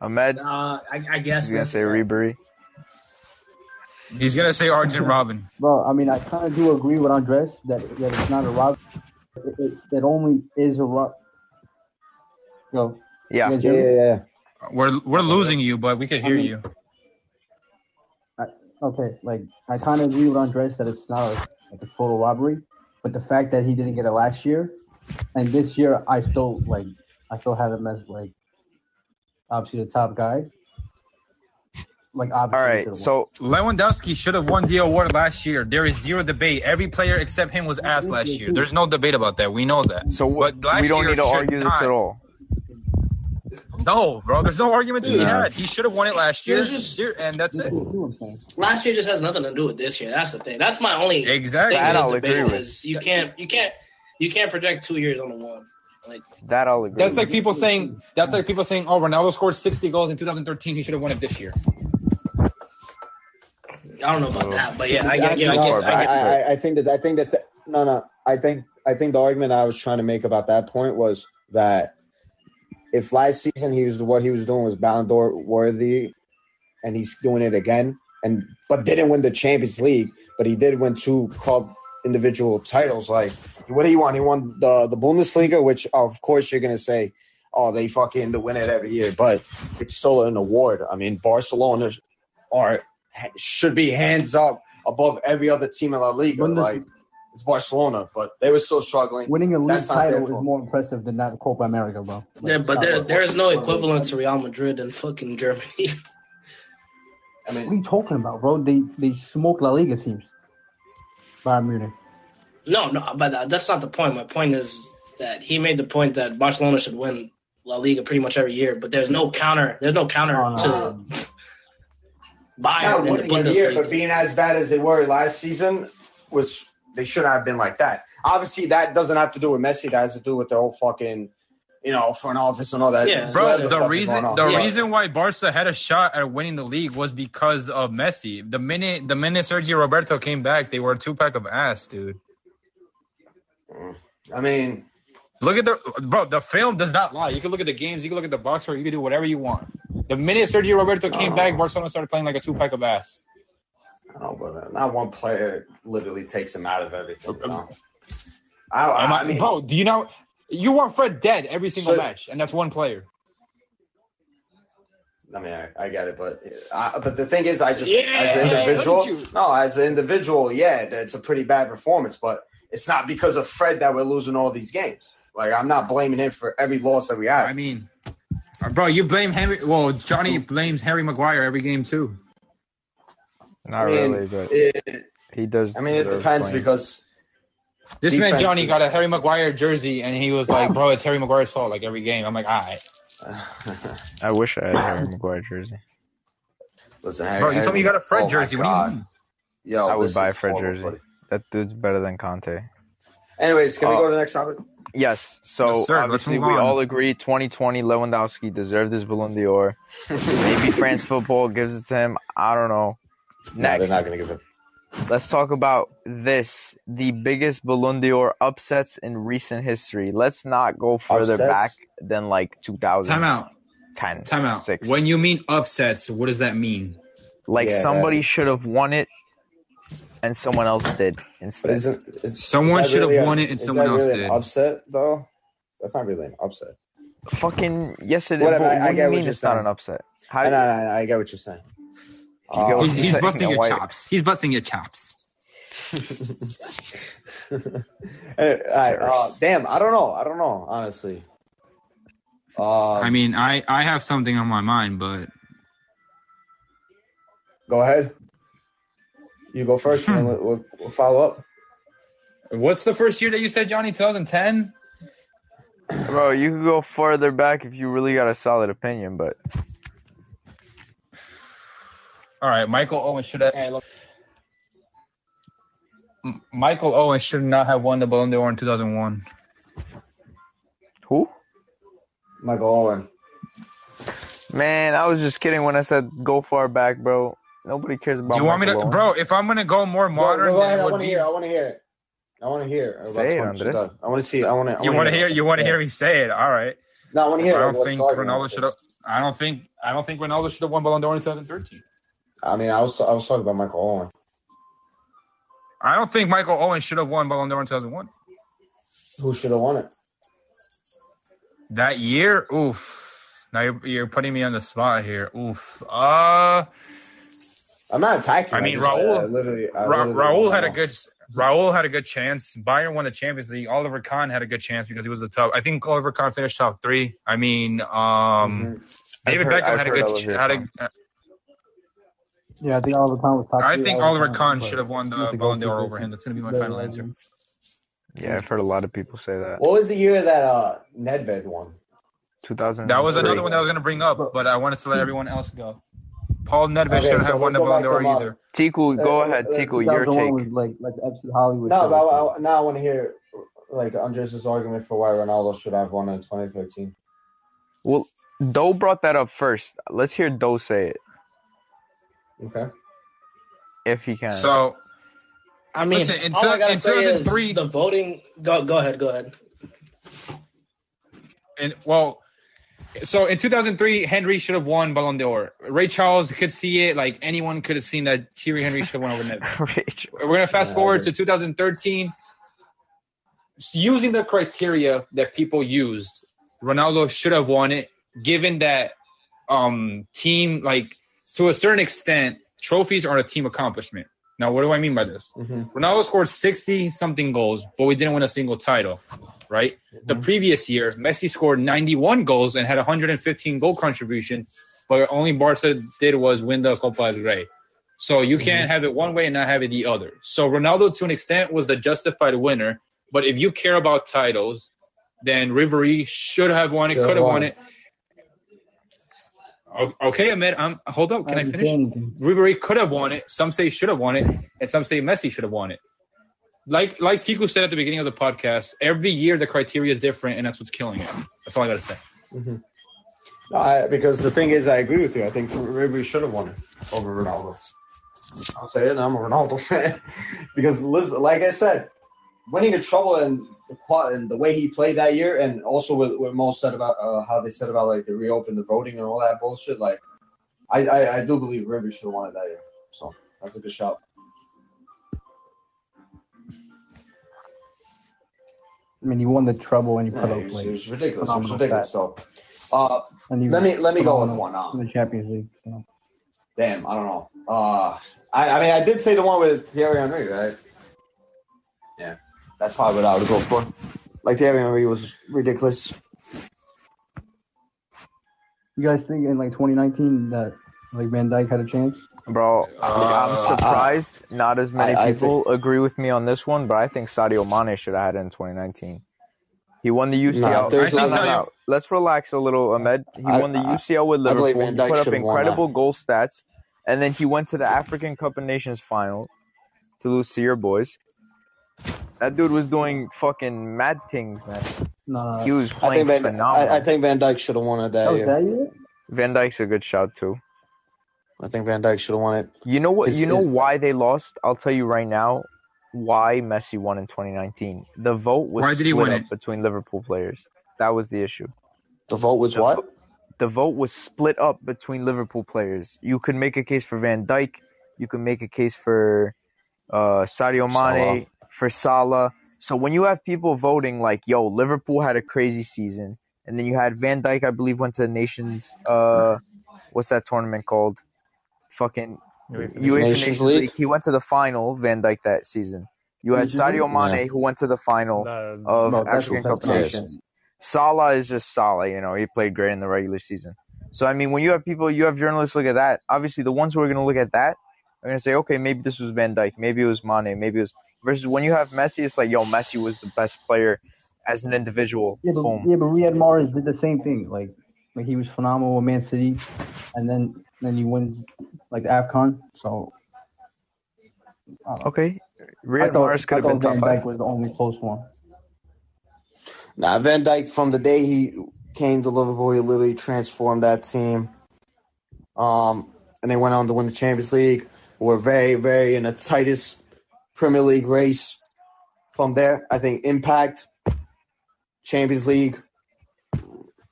S5: Ahmed,
S8: Uh, I, I guess.
S5: he's gonna
S8: that's-
S5: say Ribery.
S3: He's gonna say Argent Robin.
S10: Bro, I mean, I kind of do agree with Andres that, that it's not a robbery. It, it, it only is a rob. Yo, you
S5: Yeah,
S10: guys
S6: Yeah,
S10: hear me?
S6: yeah, yeah.
S3: We're we're losing you, but we can hear
S10: I mean-
S3: you.
S10: Okay, like I kind of agree with Andres that it's not a, like a total robbery, but the fact that he didn't get it last year, and this year I still like I still had him as like obviously the top guy. Like obviously,
S5: All
S10: he
S5: right,
S10: should've won.
S5: so
S3: Lewandowski should have won the award last year. There is zero debate. Every player except him was asked last year. There's no debate about that. We know that.
S5: so w-
S3: But last
S5: we don't
S3: year
S5: need to
S3: should
S5: argue this
S3: not-
S5: at all.
S3: No, bro. There's no argument to be
S6: No.
S3: had. He should have won it last year,
S6: There's just-
S3: There- and that's it.
S10: You see what I'm saying?
S8: Last year just has nothing to do with this year. That's the thing. That's my only thing
S3: Exactly.
S5: That
S8: with
S5: I'll
S8: this debate
S5: agree with.
S8: is you can't you can't you can't project two years on the one. Like
S5: That I'll agree.
S3: That's
S5: with.
S3: like people saying. That's like people saying, "Oh, Ronaldo scored 60 goals in 2013. He should have won it this year."
S8: I don't know about that, but yeah, I
S6: I,
S8: get, I get, I
S5: No,
S8: get,
S5: but
S8: I
S6: I,
S8: get.
S6: I- I think that I think that the, no, no. I think I think the argument I was trying to make about that point was that if last season he was what he was doing was Ballon d'Or worthy, and he's doing it again, and but didn't win the Champions League, but he did win two club individual titles. Like, what do you want? He won the the Bundesliga, which of course you're gonna say, oh, they fucking win it every year, but it's still an award. I mean, Barcelona are should be hands up above every other team in La Liga.
S10: Bundesliga.
S6: Like, it's Barcelona, but they were still struggling.
S10: winning a league
S6: That's not their
S10: title is
S6: fault.
S10: more impressive than not Copa America, bro. Like,
S8: Yeah, but
S10: stop
S8: there's
S10: it.
S8: there's no equivalent to Real Madrid in fucking Germany.
S6: I
S10: What are
S6: mean,
S10: you talking about, bro? They they smoke La Liga teams. Bayern Munich.
S8: No, no, but that, that's not the point. My point is that he made the point that Barcelona should win La Liga pretty much every year, but there's no counter. There's no counter
S10: Oh, no.
S8: to Bayern
S6: not
S8: in the
S6: winning a year, but
S8: Bundesliga.
S6: being as bad as they were last season was they shouldn't have been like that. Obviously, that doesn't have to do with Messi. That has to do with the whole fucking, you know, front office and all that.
S8: Yeah.
S3: Bro,
S6: whatever
S3: the
S6: fuck is
S3: reason
S6: going on.
S3: the
S8: Yeah.
S3: reason why Barca had a shot at winning the league was because of Messi. The minute the minute Sergio Roberto came back, they were a two pack of ass, dude.
S6: I mean,
S3: Look at the bro. The film does not lie. You can look at the games. You can look at the box score. You can do whatever you want. The minute Sergio Roberto
S6: Uh-huh.
S3: came back, Barcelona started playing like a two pack of ass.
S6: I don't know, but not one player literally takes him out of everything. You know? I, I,
S3: Am I-
S6: I mean,
S3: bro, do you know you want Fred dead every single
S6: So-
S3: match, and that's one player.
S6: I mean, I, I get it, but I, but the thing is, I just
S3: Yeah,
S6: as an
S3: look at
S6: individual,
S3: you.
S6: no, as an individual, yeah, that's a pretty bad performance. But it's not because of Fred that we're losing all these games. Like I'm not blaming him for every loss that we have.
S3: I mean, uh, bro, you blame Henry. Well, Johnny blames Harry Maguire every game too.
S5: Not
S6: I mean,
S5: really, but
S6: it,
S5: he does.
S6: I mean, it
S5: deserve
S6: depends
S5: blame.
S6: because
S3: This man
S6: Defenses.
S3: Johnny got a Harry Maguire jersey, and he was like, "Bro, it's Harry Maguire's fault." Like every game, I'm like, "All right,
S5: I wish I had a Harry Maguire jersey.
S6: listen, Harry,
S3: bro, you
S6: Harry-
S3: told me you got a Fred
S6: oh my
S3: jersey. What do
S6: God.
S3: you mean?"
S6: Yo,
S3: Oh,
S5: I would
S6: this
S5: buy a
S6: is
S5: Fred
S6: horrible,
S5: jersey.
S6: buddy.
S5: That dude's better than Conte.
S6: Anyways, can we
S5: Oh.
S6: go to the next topic?
S5: Yes. So
S3: Yes, sir. Let's
S5: obviously
S3: move
S5: we
S3: on.
S5: all agree 2020 Lewandowski deserved his Ballon d'Or. Maybe France football gives it to him. I don't know.
S6: No, they're
S5: Next,
S6: not going to give it.
S5: let's talk about this: the biggest Ballon d'Or upsets in recent history. Let's not go further
S6: Upsets?
S5: back than like 2010.
S3: Time out. Time out.
S5: Six.
S3: When you mean upsets, what does that mean?
S5: like
S6: Yeah, that-
S5: somebody should have won it, and someone else did
S6: But
S5: instead.
S6: isn't is,
S3: Someone
S6: is that
S3: should have
S6: really
S3: won
S6: an-
S3: it, and
S6: is
S3: someone
S6: that
S3: else
S6: really
S3: did.
S6: An upset though, that's not really an upset.
S5: fucking yesterday.
S6: Whatever,
S5: what
S6: I- I
S5: what do
S6: get
S5: you
S6: what
S5: mean
S6: you're
S5: it's not
S6: saying.
S5: an upset? How
S6: I,
S5: do you,
S6: I, I get what you're saying.
S5: You get
S6: Uh,
S5: what
S3: He's,
S5: you're
S3: he's
S5: saying,
S3: busting your
S5: why-
S3: chops. He's busting your chops.
S6: Anyway, all right, uh,
S5: Terrorists.
S6: damn, I don't know. I don't know, honestly. Uh,
S3: I mean, I, I have something on my mind, but
S6: go ahead. You go first, and then
S3: Hmm.
S6: we'll, we'll, we'll follow up.
S3: what's the first year that you said Johnny 2010?
S5: bro? You could go further back if you really got a solid opinion, but
S3: All right, Michael Owen should have.
S8: Hey, look,
S3: M- Michael Owen should not have won the Ballon d'Or in 2001.
S5: who?
S6: Michael Owen.
S5: Man, I was just kidding when I said go far back, bro. Nobody cares about.
S3: Do you want me to,
S5: Michael Owen.
S3: bro? If I'm gonna go more
S6: Go,
S3: modern,
S6: go, go
S3: then
S6: ahead.
S3: it
S6: I
S3: would
S6: want to
S3: be-
S6: hear. I want to hear it. I want to hear. about
S5: Say it,
S6: 20
S5: Andres.
S6: I want to see. I want to.
S3: you want to hear you want to hear me say it. All right.
S6: No, I want to
S3: I
S6: hear.
S3: don't
S6: what
S3: think
S6: Sargon
S3: Ronaldo
S6: was.
S3: should have. I don't think I don't think Ronaldo should have won Ballon d'Or in 2013.
S6: I mean, I was I was talking about Michael Owen.
S3: I don't think Michael Owen should have won Ballon d'Or in 2001.
S6: Who should have won it?
S3: That year, oof. Now you're, you're putting me on the spot here. Oof. Uh,
S6: I'm not attacking.
S3: I mean,
S6: just-
S3: Raul-
S6: I literally, I
S3: Ra-
S6: literally
S3: Raul
S6: don't
S3: had a
S6: know.
S3: good Raul had a good chance. Bayern won the Champions League. Oliver Kahn had a good chance because he was the top. I think Oliver Kahn finished top three. I mean, um, David
S5: I've heard-
S3: Beckham
S5: I've
S3: had a
S5: heard
S3: good ch-
S5: Oliver
S3: had
S5: Kahn.
S3: a.
S10: Yeah, I think Oliver Kahn was top.
S3: I
S10: three,
S3: think Oliver Kahn
S10: but
S3: should have won the
S10: with
S3: Ballon d'Or
S10: goalkeeper,
S3: over him. That's gonna be my
S10: better
S3: final
S10: than
S3: answer.
S10: him.
S5: Yeah, I've heard a lot of people say that.
S6: What was the year that uh, Nedved won?
S5: 2003.
S3: That was another one that I was gonna bring up, but I wanted to let everyone else go. Paul Nedved
S6: Okay,
S3: shouldn't
S6: so
S3: have won
S6: let's
S3: the
S6: go
S3: Ballon
S6: back to
S3: d'Or
S6: Mar-
S3: either.
S5: Tiku, go
S6: Uh,
S5: aid ahead.
S6: uh,
S5: Tiku, your
S10: 2001
S5: take.
S10: was like like absolute Hollywood.
S6: No,
S10: show.
S6: but I, I, now I want to hear like Andres' argument for why Ronaldo should have won in 2013.
S5: Well, Doe brought that up first. Let's hear Doe say it
S6: Okay.
S5: if he can.
S3: So
S8: I mean,
S3: Listen, in
S8: all I
S3: two-
S8: gotta
S3: in
S8: say is
S3: 2003
S8: the voting. Go, go ahead, go ahead.
S3: and well, so in 2003, Henry should have won Ballon d'Or. Ray Charles could see it, like anyone could have seen that Thierry Henry should have won over Nedved.
S5: Rachel.
S3: We're gonna
S6: Yeah,
S3: fast
S6: I
S3: forward
S6: agree.
S3: to 2013. Just Using the criteria that people used, Ronaldo should have won it, given that um team like to a certain extent, trophies are a team accomplishment. Now, what do I mean by this?
S6: Mm-hmm.
S3: Ronaldo scored 60 something goals, but we didn't win a single title, right? The
S6: Mm-hmm.
S3: previous year, Messi scored 91 goals and had 115 goal contribution, but only Barca did was win the Copa del Rey. So you
S6: Mm-hmm.
S3: can't have it one way and not have it the other. So Ronaldo, to an extent, was the justified winner. But if you care about titles, then Ribery should have won it,
S6: Should have
S3: could have won
S6: won.
S3: it. O- Okay, Ahmed, um, hold up. Can I
S10: haven't
S3: finish?
S10: seen anything.
S3: Ribery could have won it. Some say should have won it, and some say Messi should have won it. Like like Tiku said at the beginning of the podcast, every year the criteria is different, and that's what's killing it. That's all I gotta say.
S6: No, I, because the thing is, I agree with you. I think Ribery should have won it over Ronaldo. I'll say it. and I'm a Ronaldo fan because, Liz, like I said, winning the trouble and the plot and the way he played that year, and also what, what Mo said about uh, how they said about like they reopened the voting and all that bullshit. Like, I I, I do believe Ribery should have won it that year. So that's a good shout.
S10: I mean, you won the trouble and you
S6: Yeah,
S10: put
S6: it,
S10: up
S6: was, it
S10: like
S6: was ridiculous. It was
S10: phenomenal
S6: ridiculous. So, uh,
S10: and you
S6: let me let me go with
S10: phenomenal
S6: one. Uh,
S10: in the Champions League. So.
S6: damn, I don't know. Uh, I, I mean, I did say the one with Thierry Henry, right? Yeah, that's probably what I would go for. Like Thierry Henry was ridiculous.
S10: You guys think in like 2019 that like Van Dyke had a chance?
S5: Bro, I'm
S3: Uh,
S5: surprised not as many
S6: I- I think-
S5: people agree with me on this one, but I think Sadio Mane should have had it in 2019. He won the UCL.
S6: there's
S5: no,
S3: I
S5: no,
S3: think
S5: no,
S3: Sadio-
S5: Let's relax a little, Ahmed. He
S6: I-
S5: won the
S6: I-
S5: UCL with
S6: I believe
S5: Liverpool.
S6: Van
S5: He
S6: Dijk
S5: put up
S6: should've won
S5: incredible goal stats, and then he went to the African Cup of Nations final to lose to your boys. That dude was doing fucking mad things, man.
S10: No, no,
S5: He was
S6: I
S5: playing
S6: think Van
S5: phenomenal.
S6: I, I think Van Dyke should have won it
S10: that
S6: that
S10: was
S6: year.
S10: Oh, that year.
S5: Van Dyke's a good shout too.
S6: I think Van Dyke should have won it.
S5: You know what?
S6: Is-
S5: You know
S6: is-
S5: why they lost? I'll tell you right now. Why Messi won in 2019? The vote was
S3: Why did he
S5: split
S3: win
S5: up
S3: it?
S5: between Liverpool players. That was the issue.
S6: The vote was
S5: The
S6: what?
S5: vo- The vote was split up between Liverpool players. You could make a case for Van Dijk. You could make a case for uh, Sadio Mane, for Salah. So when you have people voting like, "Yo, Liverpool had a crazy season," and then you had Van Dyke, I believe, went to the Nations. Uh, what's that tournament called? Fucking UEFA Nations,
S7: Nations
S5: League.
S7: League?
S5: He went to the final. Van Dyke that season. You had
S10: Did you
S5: Sadio Mane, who went to the final
S1: The-
S5: of
S10: Mm-hmm. No, that's
S5: African
S10: what
S5: Cup of
S10: that
S7: is.
S5: Nations. Salah is just Salah, you know. He played great in the regular season. So I mean, when you have people, you have journalists look at that. Obviously, the ones who are going to look at that are going to say, okay, maybe this was Van Dyke, maybe it was Mane, maybe it was. Versus when you have Messi, it's like, yo, Messi was the best player as an individual.
S10: Yeah, but,
S5: Boom.
S10: yeah, but Riyad Mahrez did the same thing. Like, like he was phenomenal with Man City, and then then he wins like the Afcon. So I don't know.
S5: Okay,
S10: I
S5: Riyad
S10: thought,
S5: Mahrez could
S10: I
S5: have
S10: thought
S5: been top
S10: Van
S5: five.
S10: Dyke was the only close one.
S7: Now Van Dyke, from the day he came to Liverpool, he literally transformed that team. Um, and they went on to win the Champions League. Were very, very in the tightest Premier League race. From there, I think Impact, Champions League.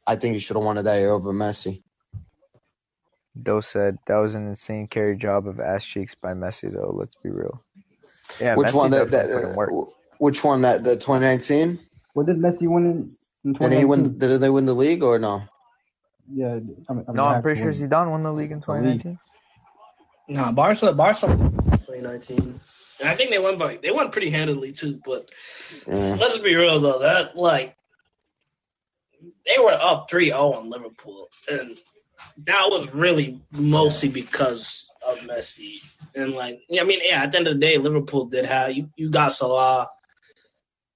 S7: I think he should have won it that year over Messi.
S5: Doe said that was an insane carry job of ass cheeks by Messi, though. Let's be real. Yeah,
S7: which
S5: Messi
S7: one? That,
S5: definitely
S7: that,
S5: put in work.
S7: uh, which one? That the 2019?
S10: What did Messi win in, in
S7: Did he
S10: 2019?
S7: win? Did they win the league or no?
S10: Yeah, I mean, I mean,
S5: No, I'm
S10: after
S5: pretty sure
S10: winning.
S5: Zidane won the league in 2019.
S8: Nah, Barca, Barca, 2019. And I think they won by they won pretty handily too. But
S7: Yeah.
S8: let's be real though, that like they were up 3-0 on Liverpool, and that was really mostly because of Messi. And like, yeah, I mean, yeah, at the end of the day, Liverpool did have you. You got Salah.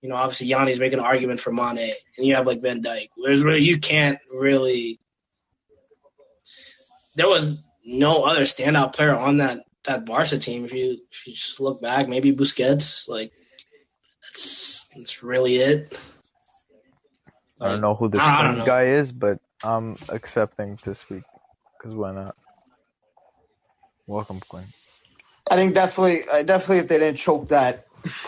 S8: You know, obviously Yanni's making an argument for Mane, and you have like Van Dijk. There's really you can't really. There was no other standout player on that that Barca team. If you if you just look back, maybe Busquets. Like, that's that's really it.
S5: I don't know who this
S8: I don't
S5: French
S8: know.
S5: guy is, but I'm accepting this week because why not? Welcome, Quinn.
S7: I think definitely, I definitely, if they didn't choke that, if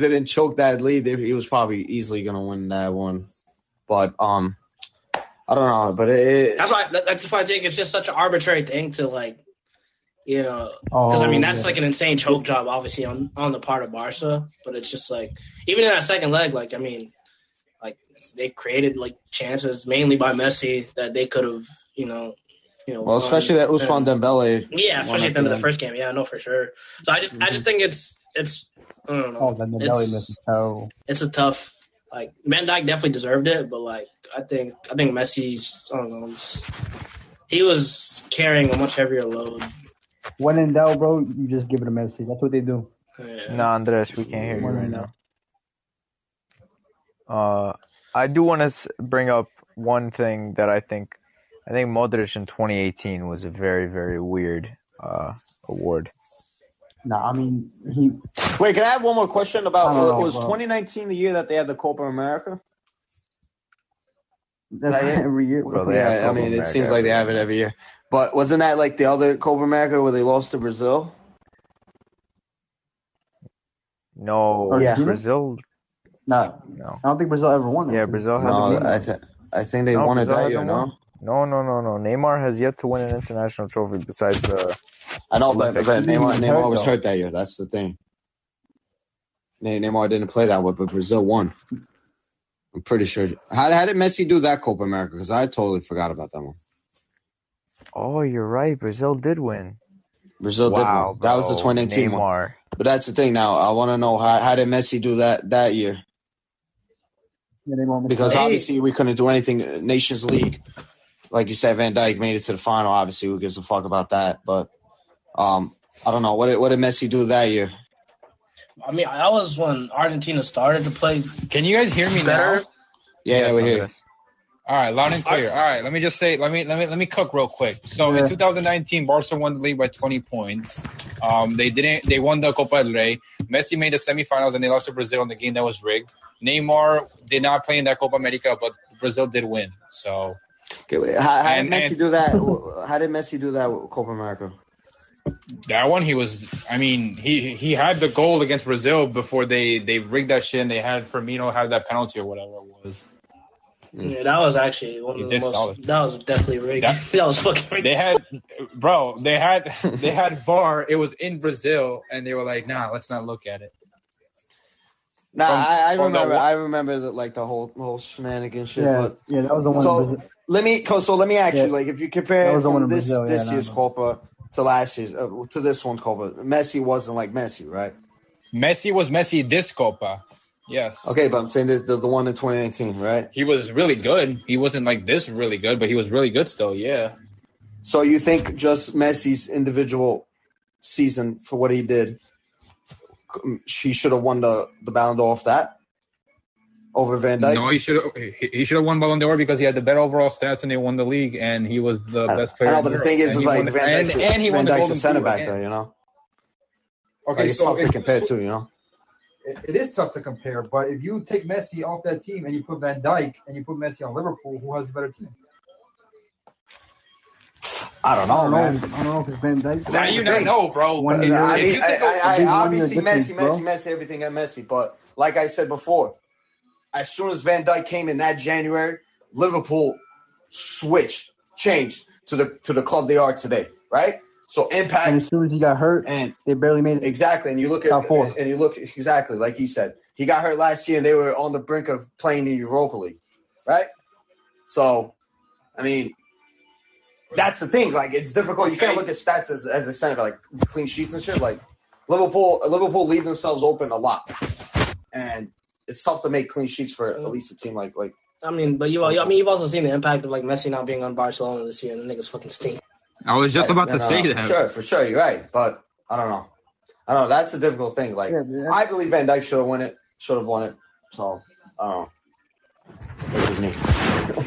S7: they didn't choke that lead, they, he was probably easily going to win that one. But um, I don't know. But it,
S8: That's why. that- That's why I think it's just such an arbitrary thing to like, you know,
S10: Oh,
S8: because I mean that's
S10: yeah.
S8: like an insane choke job, obviously on on the part of Barca. But it's just like even in that second leg, like I mean, like they created like chances mainly by Messi that they could have, you know, you know,
S7: well,
S8: won.
S7: especially that Usman Dembele.
S8: Yeah,
S7: one
S8: especially at
S7: at
S8: the end of
S7: Mm-hmm.
S8: the first game. Yeah, no, for sure. So I just, I just think it's, it's, I don't know.
S10: Oh, then the belly
S8: It's-
S10: miss is terrible.
S8: it's a tough like Van Dyke definitely deserved it, but like I think I think Messi's I don't know s- he was carrying a much heavier load.
S10: When in doubt, bro, you just give it to Messi. That's what they do.
S8: Yeah.
S5: No, Andres, we can't hear you
S10: One
S5: right
S10: minute.
S5: now. Uh, I do want to bring up one thing that I think, I think Modric in 2018 was a very, very weird uh award.
S10: Nah, I mean he.
S7: Wait, can I have one more question about?
S10: I don't know,
S7: was
S10: bro.
S7: 2019 the year that they had the Copa America?
S10: That's
S7: Like,
S10: every year.
S5: Bro, they have
S7: Yeah, I
S5: Copa
S7: mean, it
S5: America
S7: seems like they
S5: every
S7: have
S5: year.
S7: it every year. But wasn't that like the other Copa America where they lost to Brazil?
S5: No,
S7: Yeah.
S5: Brazil.
S10: Nah,
S5: No.
S10: I don't think Brazil ever won. it.
S5: Yeah, Brazil hasn't
S7: No,
S5: won.
S7: I, th- I think they
S5: No,
S7: won
S5: Brazil
S7: it that
S5: hasn't
S7: year. No,
S5: won. No, no, no, no. Neymar has yet to win an international trophy besides the.
S7: I know, but, but
S5: Olympics.
S7: Neymar,
S10: He was
S7: Neymar
S10: hurt,
S7: was
S10: though.
S7: hurt that year. That's the thing. Ne- Neymar didn't play that way, but Brazil won. I'm pretty sure. How, how did Messi do that Copa America? Because I totally forgot about that one.
S5: Oh, you're right. Brazil did win.
S7: Brazil did
S5: wow,
S7: win. That was the
S5: bro.
S7: 2019 one.
S5: Neymar.
S7: But that's the thing. Now I want to know how, how did Messi do that that year?
S10: Yeah, they won't miss
S7: Because
S10: out.
S8: Hey.
S7: obviously we couldn't do anything. uh, Nations League, like you said, Van Dijk made it to the final. Obviously, who gives a fuck about that? But um, I don't know what did, what did Messi do that year?
S8: I mean that was when Argentina started to play
S3: Can you guys hear me now?
S8: better.
S7: Yeah, yeah,
S5: Yes,
S7: we're here.
S5: Andres.
S3: All right, loud and clear. All right, let me just say, let me let me let me cook real quick. So in
S10: Yeah.
S3: 2019, Barca won the league by 20 points. Um, they didn't. They won the Copa del Rey. Messi made the semifinals and they lost to Brazil in the game that was rigged. Neymar did not play in that Copa America, but Brazil did win. So
S7: Okay, wait, how, how
S3: And-
S7: did Messi
S3: and-
S7: do that? How did Messi do that with Copa America?
S3: that one, he was. I mean, he he had the goal against Brazil before they they rigged that shit and they had Firmino have that penalty or whatever it was.
S8: Yeah, that was actually one
S3: He
S8: of the
S3: did
S8: most
S3: solid.
S8: that was definitely rigged.
S3: That-
S8: That, was fucking rigged.
S3: They had, bro. They had they had VAR. It was in Brazil, and they were like, "Nah, let's not look at it."
S6: No,
S3: From-
S6: I, I
S3: from the
S6: remember.
S3: wa-
S6: I remember the, like the whole whole shenanigans shit.
S10: Yeah,
S6: But
S10: yeah, that was the one.
S6: So-
S10: Brazil-
S6: let me. So let me ask
S10: Yeah.
S6: you. Like, if you
S10: That
S6: compare
S10: was the one
S6: from
S10: in
S6: this
S10: Brazil, yeah,
S6: this
S10: no,
S6: year's
S10: no.
S6: Copa to last year's uh, to this one Copa, Messi wasn't like Messi, right?
S3: Messi was Messi this Copa. Yes.
S6: Okay, but I'm saying this the, the one in 2019, right?
S3: He was really good. He wasn't like this really good, but he was really good still. Yeah.
S6: So you think just Messi's individual season for what he did, um, she should have won the the Ballon d'Or off that over Van Dijk?
S3: No, he should he, he should have won Ballon d'Or because he had the better overall stats and they won the league and he was the
S6: I-
S3: best
S6: I
S3: player.
S6: know,
S3: in
S6: but the
S3: Europe.
S6: thing is,
S3: And
S6: is
S3: he
S6: like
S3: won the-
S6: Van Dijk's,
S3: and, and he won
S6: Van
S3: the
S6: Dijk's a
S3: Golden
S6: center
S3: Boot.
S6: back,
S3: And-
S6: though, you know.
S11: Okay,
S6: Like it's
S11: so
S6: tough to
S11: if-
S6: compare to, you know.
S11: it- it is tough to compare. But if you take Messi off that team and you put Van Dyke and you put Messi on Liverpool, who has a better team?
S6: I don't
S10: I
S6: know,
S10: don't know.
S6: man.
S10: I don't know if it's Van Dyke.
S3: How
S6: That's
S3: do you
S6: the
S3: not
S6: thing.
S3: know, bro?
S10: One
S3: If
S10: year.
S6: I mean,
S3: you
S6: I,
S3: took those-
S6: I, I,
S10: Big one
S6: obviously
S10: year difference,
S6: Messi,
S10: bro.
S6: Messi, Messi, everything at Messi. But like I said before, as soon as Van Dijk came in that January, Liverpool switched, changed to the to the club they are today, right? So
S10: And
S6: impact
S10: as soon as he got hurt,
S6: and
S10: they barely made it.
S6: exactly, and you look at
S10: Top four.
S6: and you look exactly like he said. He got hurt last year, and they were on the brink of playing in Europa League, right? So, I mean, that's the thing. Like, it's difficult. You can't look at stats as, as a center, back, like clean sheets and shit. Like, Liverpool, Liverpool leave themselves open a lot, and it's tough to make clean sheets for
S3: Mm.
S6: at least a team like like.
S8: I mean, but you, I mean, you've also seen the impact of like Messi not being on Barcelona this year, and the niggas fucking stink.
S3: I was just
S6: Right.
S3: about to
S6: No, no,
S3: say
S6: no,
S3: that.
S6: For sure, for sure, you're right, but I don't know. I don't know. That's the difficult thing. Like,
S10: Yeah, man.
S6: I believe Van Dyke should have won it. Should have won it. So I don't know. This is me.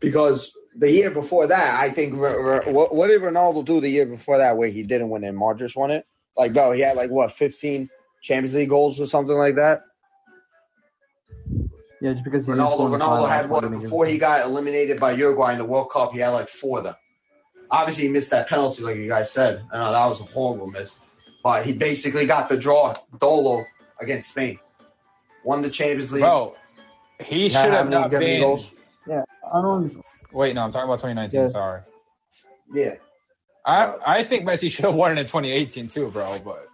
S6: because the year before that, I think R- R- what, what did Ronaldo do the year before that where he didn't win and Modric won it? Like, bro, he had like what 15 Champions League goals or something like that.
S10: Yeah, just because he didn't score in
S6: Ronaldo,
S10: the
S6: Ronaldo
S10: finals,
S6: had
S10: like,
S6: what
S10: niggas-
S6: before he got eliminated by Uruguay in the World Cup. He had like four of them. Obviously, he missed that penalty, like you guys said. I know that was a horrible miss, but he basically got the draw Dolo against Spain, won the Champions League.
S3: Bro, he
S6: not
S3: should have
S6: having to
S3: not
S6: get any
S3: been.
S6: goals.
S10: Yeah, I don't.
S3: Wait, no, I'm talking about 2019.
S10: Yeah.
S3: Sorry.
S6: Yeah,
S3: I, I think Messi should have won it in 2018 too, bro. But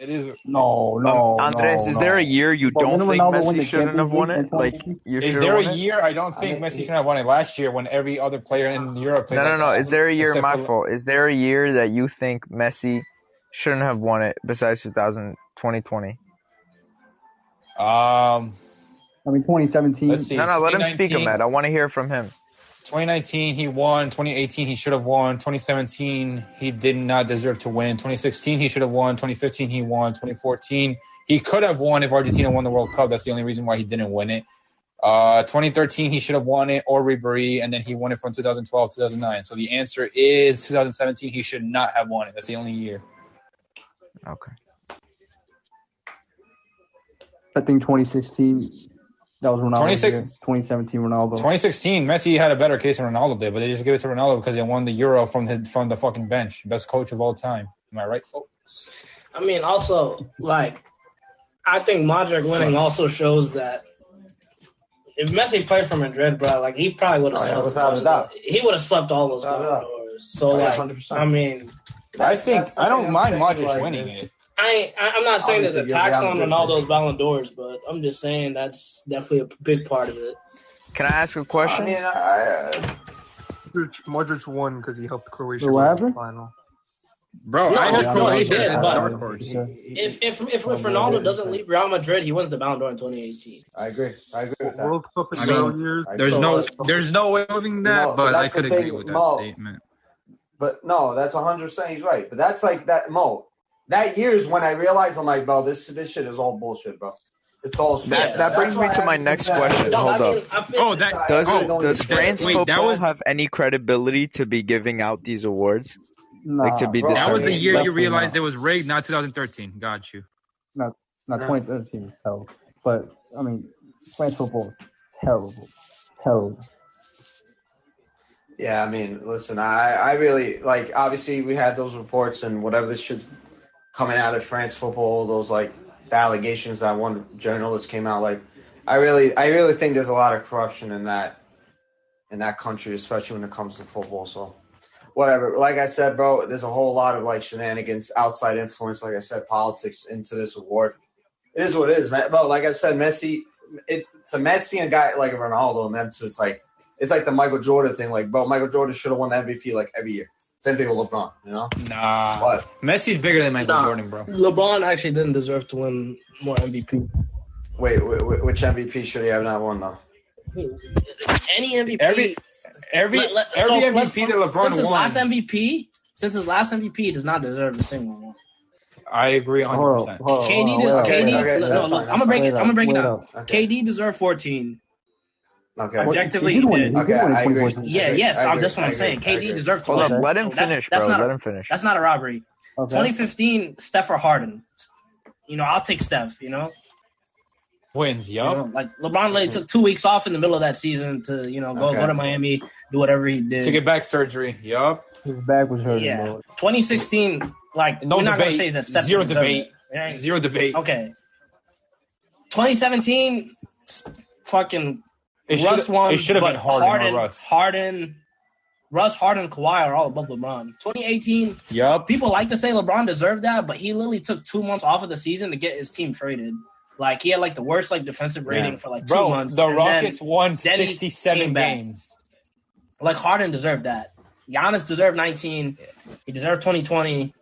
S3: it is.
S10: No,
S5: Um,
S10: no,
S5: Andres,
S10: no,
S5: is
S10: no.
S5: there a year you
S10: But
S5: don't
S10: didn't
S5: think
S10: Ronaldo win
S5: Messi
S10: the
S5: shouldn't have
S10: Champions
S5: won
S10: League
S5: it?
S10: and
S5: Like
S10: Champions
S5: you
S3: Is there
S5: should have
S3: a
S5: won it?
S3: year? I don't think
S10: I-
S3: Messi should have won it last year when every other player in Europe played.
S5: No, no,
S3: like
S5: no.
S3: that,
S5: Is there a year?
S3: except
S5: My
S3: for-
S5: fault. Is there a year that you think Messi shouldn't have won it besides 2000, 2020?
S3: Um,
S10: I mean, 2017.
S3: let's see.
S5: No, no. Let him speak on
S3: 2019
S5: that. I want to hear from him.
S3: 2019 he won 2018 he should have won 2017 he did not deserve to win 2016 he should have won 2015 he won 2014 he could have won if argentina won the world cup that's the only reason why he didn't win it uh, 2013 he should have won it or Ribery, and then he won it from 2012 2009 so the answer is 2017 he should not have won it that's the only year
S5: Okay.
S10: I think 2016. That was Ronaldo's
S3: 26
S10: year. 2017 Ronaldo.
S3: 2016 messi had a better case than ronaldo did but they just gave it to ronaldo because they won the euro from his from the fucking bench best coach of all time am i right folks
S8: I mean, also like, I think Modric winning also shows that if Messi played for Madrid, bro, like he probably would have
S6: Oh, yeah,
S8: swept
S6: without
S8: those-
S6: a doubt.
S8: He would have swept all those
S6: Without a
S8: Ballon
S6: doubt.
S8: d'Ors. So
S6: Oh, yeah,
S8: like,
S6: 100%.
S8: I mean,
S3: I think
S11: That's the
S3: I
S11: thing
S3: don't
S11: I'm
S3: mind
S11: saying,
S3: Modric
S11: like,
S3: winning
S11: it's-
S3: it.
S8: I, ain't- I I'm not saying there's a
S11: Obviously, you're
S8: tax
S11: the
S8: on
S11: opposite.
S8: Ronaldo's Ballon d'Ors, but I'm just saying that's definitely a big part of it.
S5: Can I ask a
S6: I
S5: question?
S6: mean, I,
S2: Modric, Modric won because he helped Croatia
S10: Wait, what
S2: go to the
S10: happened?
S2: final.
S3: Bro,
S8: No,
S3: I had
S8: yeah,
S3: Croatia
S8: no, he did,
S3: as a
S8: but-
S3: dark horse.
S8: If if if, if
S2: Ballon d'Or,
S8: Ronaldo
S2: yeah,
S8: doesn't
S2: yeah.
S8: leave Real Madrid, he wins the Ballon d'Or in 2018.
S6: I, I agree. I agree with that.
S2: World Cup in
S3: I
S2: zero
S3: mean,
S2: years.
S6: I agree.
S3: There's
S8: So,
S3: no
S8: uh,
S3: there's no way of doing that,
S6: No, but
S3: but I
S6: that's
S3: could
S6: the
S3: agree
S6: thing,
S3: with that
S6: Mo.
S3: statement.
S6: But no, that's hundred percent. He's right. But that's like that Mo. That year's when I realized I'm like, bro, this this shit is all bullshit, bro. It's all
S8: That-
S6: shit.
S8: that
S6: That's
S5: brings me
S6: why
S5: to
S6: I
S5: my
S6: haven't
S5: next
S6: seen that.
S5: question.
S8: no,
S5: Hold
S8: I mean, I feel
S3: Oh, that
S6: I
S5: Does
S6: really
S3: oh
S6: don't
S5: does
S6: understand.
S5: France
S3: wait, that
S5: football
S3: was-
S5: have any credibility to be giving out these awards? Like to
S10: Nah,
S5: be
S6: Bro,
S3: that was the
S5: determined?
S6: mean,
S3: year you
S10: definitely
S3: realized
S10: not.
S3: it was rigged, not 2013. Got you.
S10: Not not
S6: Nah.
S10: 2013 was terrible, but I mean, France football is terrible, terrible.
S6: Yeah, I mean, listen, I, I really like. Obviously, we had those reports and whatever the shit coming out of France football, those like the allegations that one journalist came out. Like, I really, I really think there's a lot of corruption in that in that country, especially when it comes to football. So, whatever. Like I said, bro, there's a whole lot of like shenanigans, outside influence. Like I said, politics into this award. It is what it is, man. But like I said, Messi, it's, it's a Messi and a guy like Ronaldo and them too. It's like it's like the Michael Jordan thing. Like, bro, Michael Jordan should have won the MVP like every year. Same thing with LeBron, you know.
S3: Nah,
S6: But
S3: Messi's bigger than Michael
S8: Nah.
S3: Jordan, bro.
S8: LeBron actually didn't deserve to win more MVP.
S6: wait, wait, wait, which MVP should he have not won though?
S8: Any MVP.
S3: Every every
S8: Let- let-
S3: every
S8: so,
S3: MVP
S8: let-
S3: that LeBron
S8: since his
S3: won,
S8: last MVP, since his last MVP, he does not deserve a single one.
S3: I agree
S10: Hold
S3: 100.
S10: on,
S3: percent
S10: hold on,
S8: KD,
S10: hold
S8: does,
S10: on,
S6: okay,
S10: wait up,
S8: KD,
S6: okay,
S10: wait
S8: look,
S10: up,
S8: no,
S6: that's
S8: look,
S6: fine,
S8: I'm gonna break
S10: wait
S8: it. I'm gonna break it
S10: wait
S8: down.
S6: Okay,
S8: KD deserved 14.
S6: okay,
S8: Object- Objectively, he did.
S6: okay. I agree.
S8: Yeah,
S6: agree,
S8: yes,
S6: I
S8: I'm,
S6: agree,
S8: that's what
S6: I
S8: I'm
S6: agree,
S8: saying.
S6: I
S8: KD
S6: agree.
S8: deserved to
S5: Hold
S8: win.
S5: on, let him
S8: So that's-
S5: finish,
S8: that's
S5: bro.
S8: not-
S5: Let him finish.
S8: That's not a robbery.
S10: Okay.
S8: 2015, Steph or Harden. You know, I'll take Steph. You know,
S3: wins.
S8: You
S3: Yup.
S8: know, like LeBron really took two weeks off in the middle of that season to you know go
S6: Okay.
S8: go to Miami, do whatever he did.
S3: To get back surgery. Yup.
S10: His back was hurting,
S8: yeah,
S10: bro.
S8: 2016, like
S3: No
S8: we're not gonna
S3: debate.
S8: say that Steph
S3: Zero
S8: deserved
S3: debate.
S8: it, right?
S3: Zero debate.
S8: Okay, 2017, s- fucking
S3: It
S8: Russ
S3: should
S8: won.
S3: it should have
S8: but
S3: been Harden,
S8: Harden,
S3: or Russ.
S8: Harden, Russ, Harden, Kawhi are all above LeBron. 2018,
S3: Yup.
S8: people like to say LeBron deserved that, but he literally took two months off of the season to get his team traded. Like he had like the worst like defensive rating for like two
S3: Bro,
S8: months.
S3: the
S8: and then-
S3: Rockets won
S8: then he
S3: 67
S8: came back.
S3: games.
S8: like Harden deserved that. Giannis deserved 19. He deserved 2020,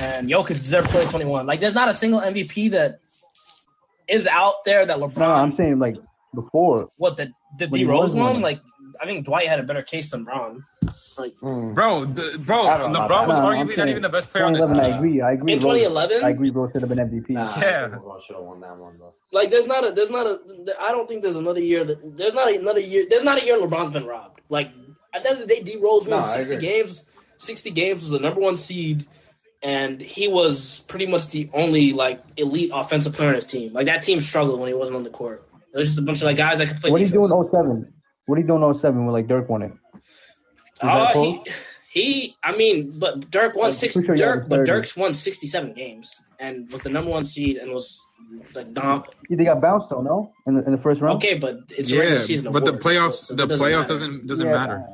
S8: and Jokic deserved 2021. Like, there's not a single MVP that is out there that LeBron.
S10: No, I'm saying like before.
S8: what the the
S10: when
S8: D
S10: he
S8: Rose
S10: was winning.
S8: one? Like, I think Dwight had a better case than Ron. Like
S6: Mm.
S3: Bro, the, bro,
S6: I don't know about
S3: LeBron was
S10: that. No, I'm
S3: arguably not
S10: saying
S3: even the best player on the team.
S10: 2011, I agree. I agree.
S8: in
S10: Rose-
S8: 2011,
S10: I agree. Rose should have been MVP.
S6: Nah, I
S3: Yeah.
S6: think LeBron should have won that one though.
S8: like there's not a there's not a I don't think there's another year that there's not another year there's not a year LeBron's been robbed. Like at the end of the day, D Rose
S6: No,
S8: won
S6: I
S8: sixty
S6: agree.
S8: games. Sixty games was the number one seed, and he was pretty much the only like elite offensive player on his team. Like that team struggled when he wasn't on the court. It was just a bunch of like guys that could play
S10: What are you
S8: defense.
S10: doing 07? What are you doing 07 when like Dirk won it? Was that
S8: Uh,
S10: close?
S8: he, he, I mean, but Dirk won
S10: Like,
S8: six.
S10: pretty sure he
S8: Dirk,
S10: averaged
S8: but
S10: 30.
S8: Dirk's won sixty-seven games and was the number one seed and was like dom-
S10: Yeah, they got bounced though, no? In the, in the first round?
S8: Okay, but it's a regular
S3: Yeah,
S8: season
S3: but the
S8: award,
S3: playoffs,
S8: so- so
S3: the
S8: it doesn't
S3: playoffs
S8: matter.
S3: doesn't doesn't
S10: Yeah,
S3: matter.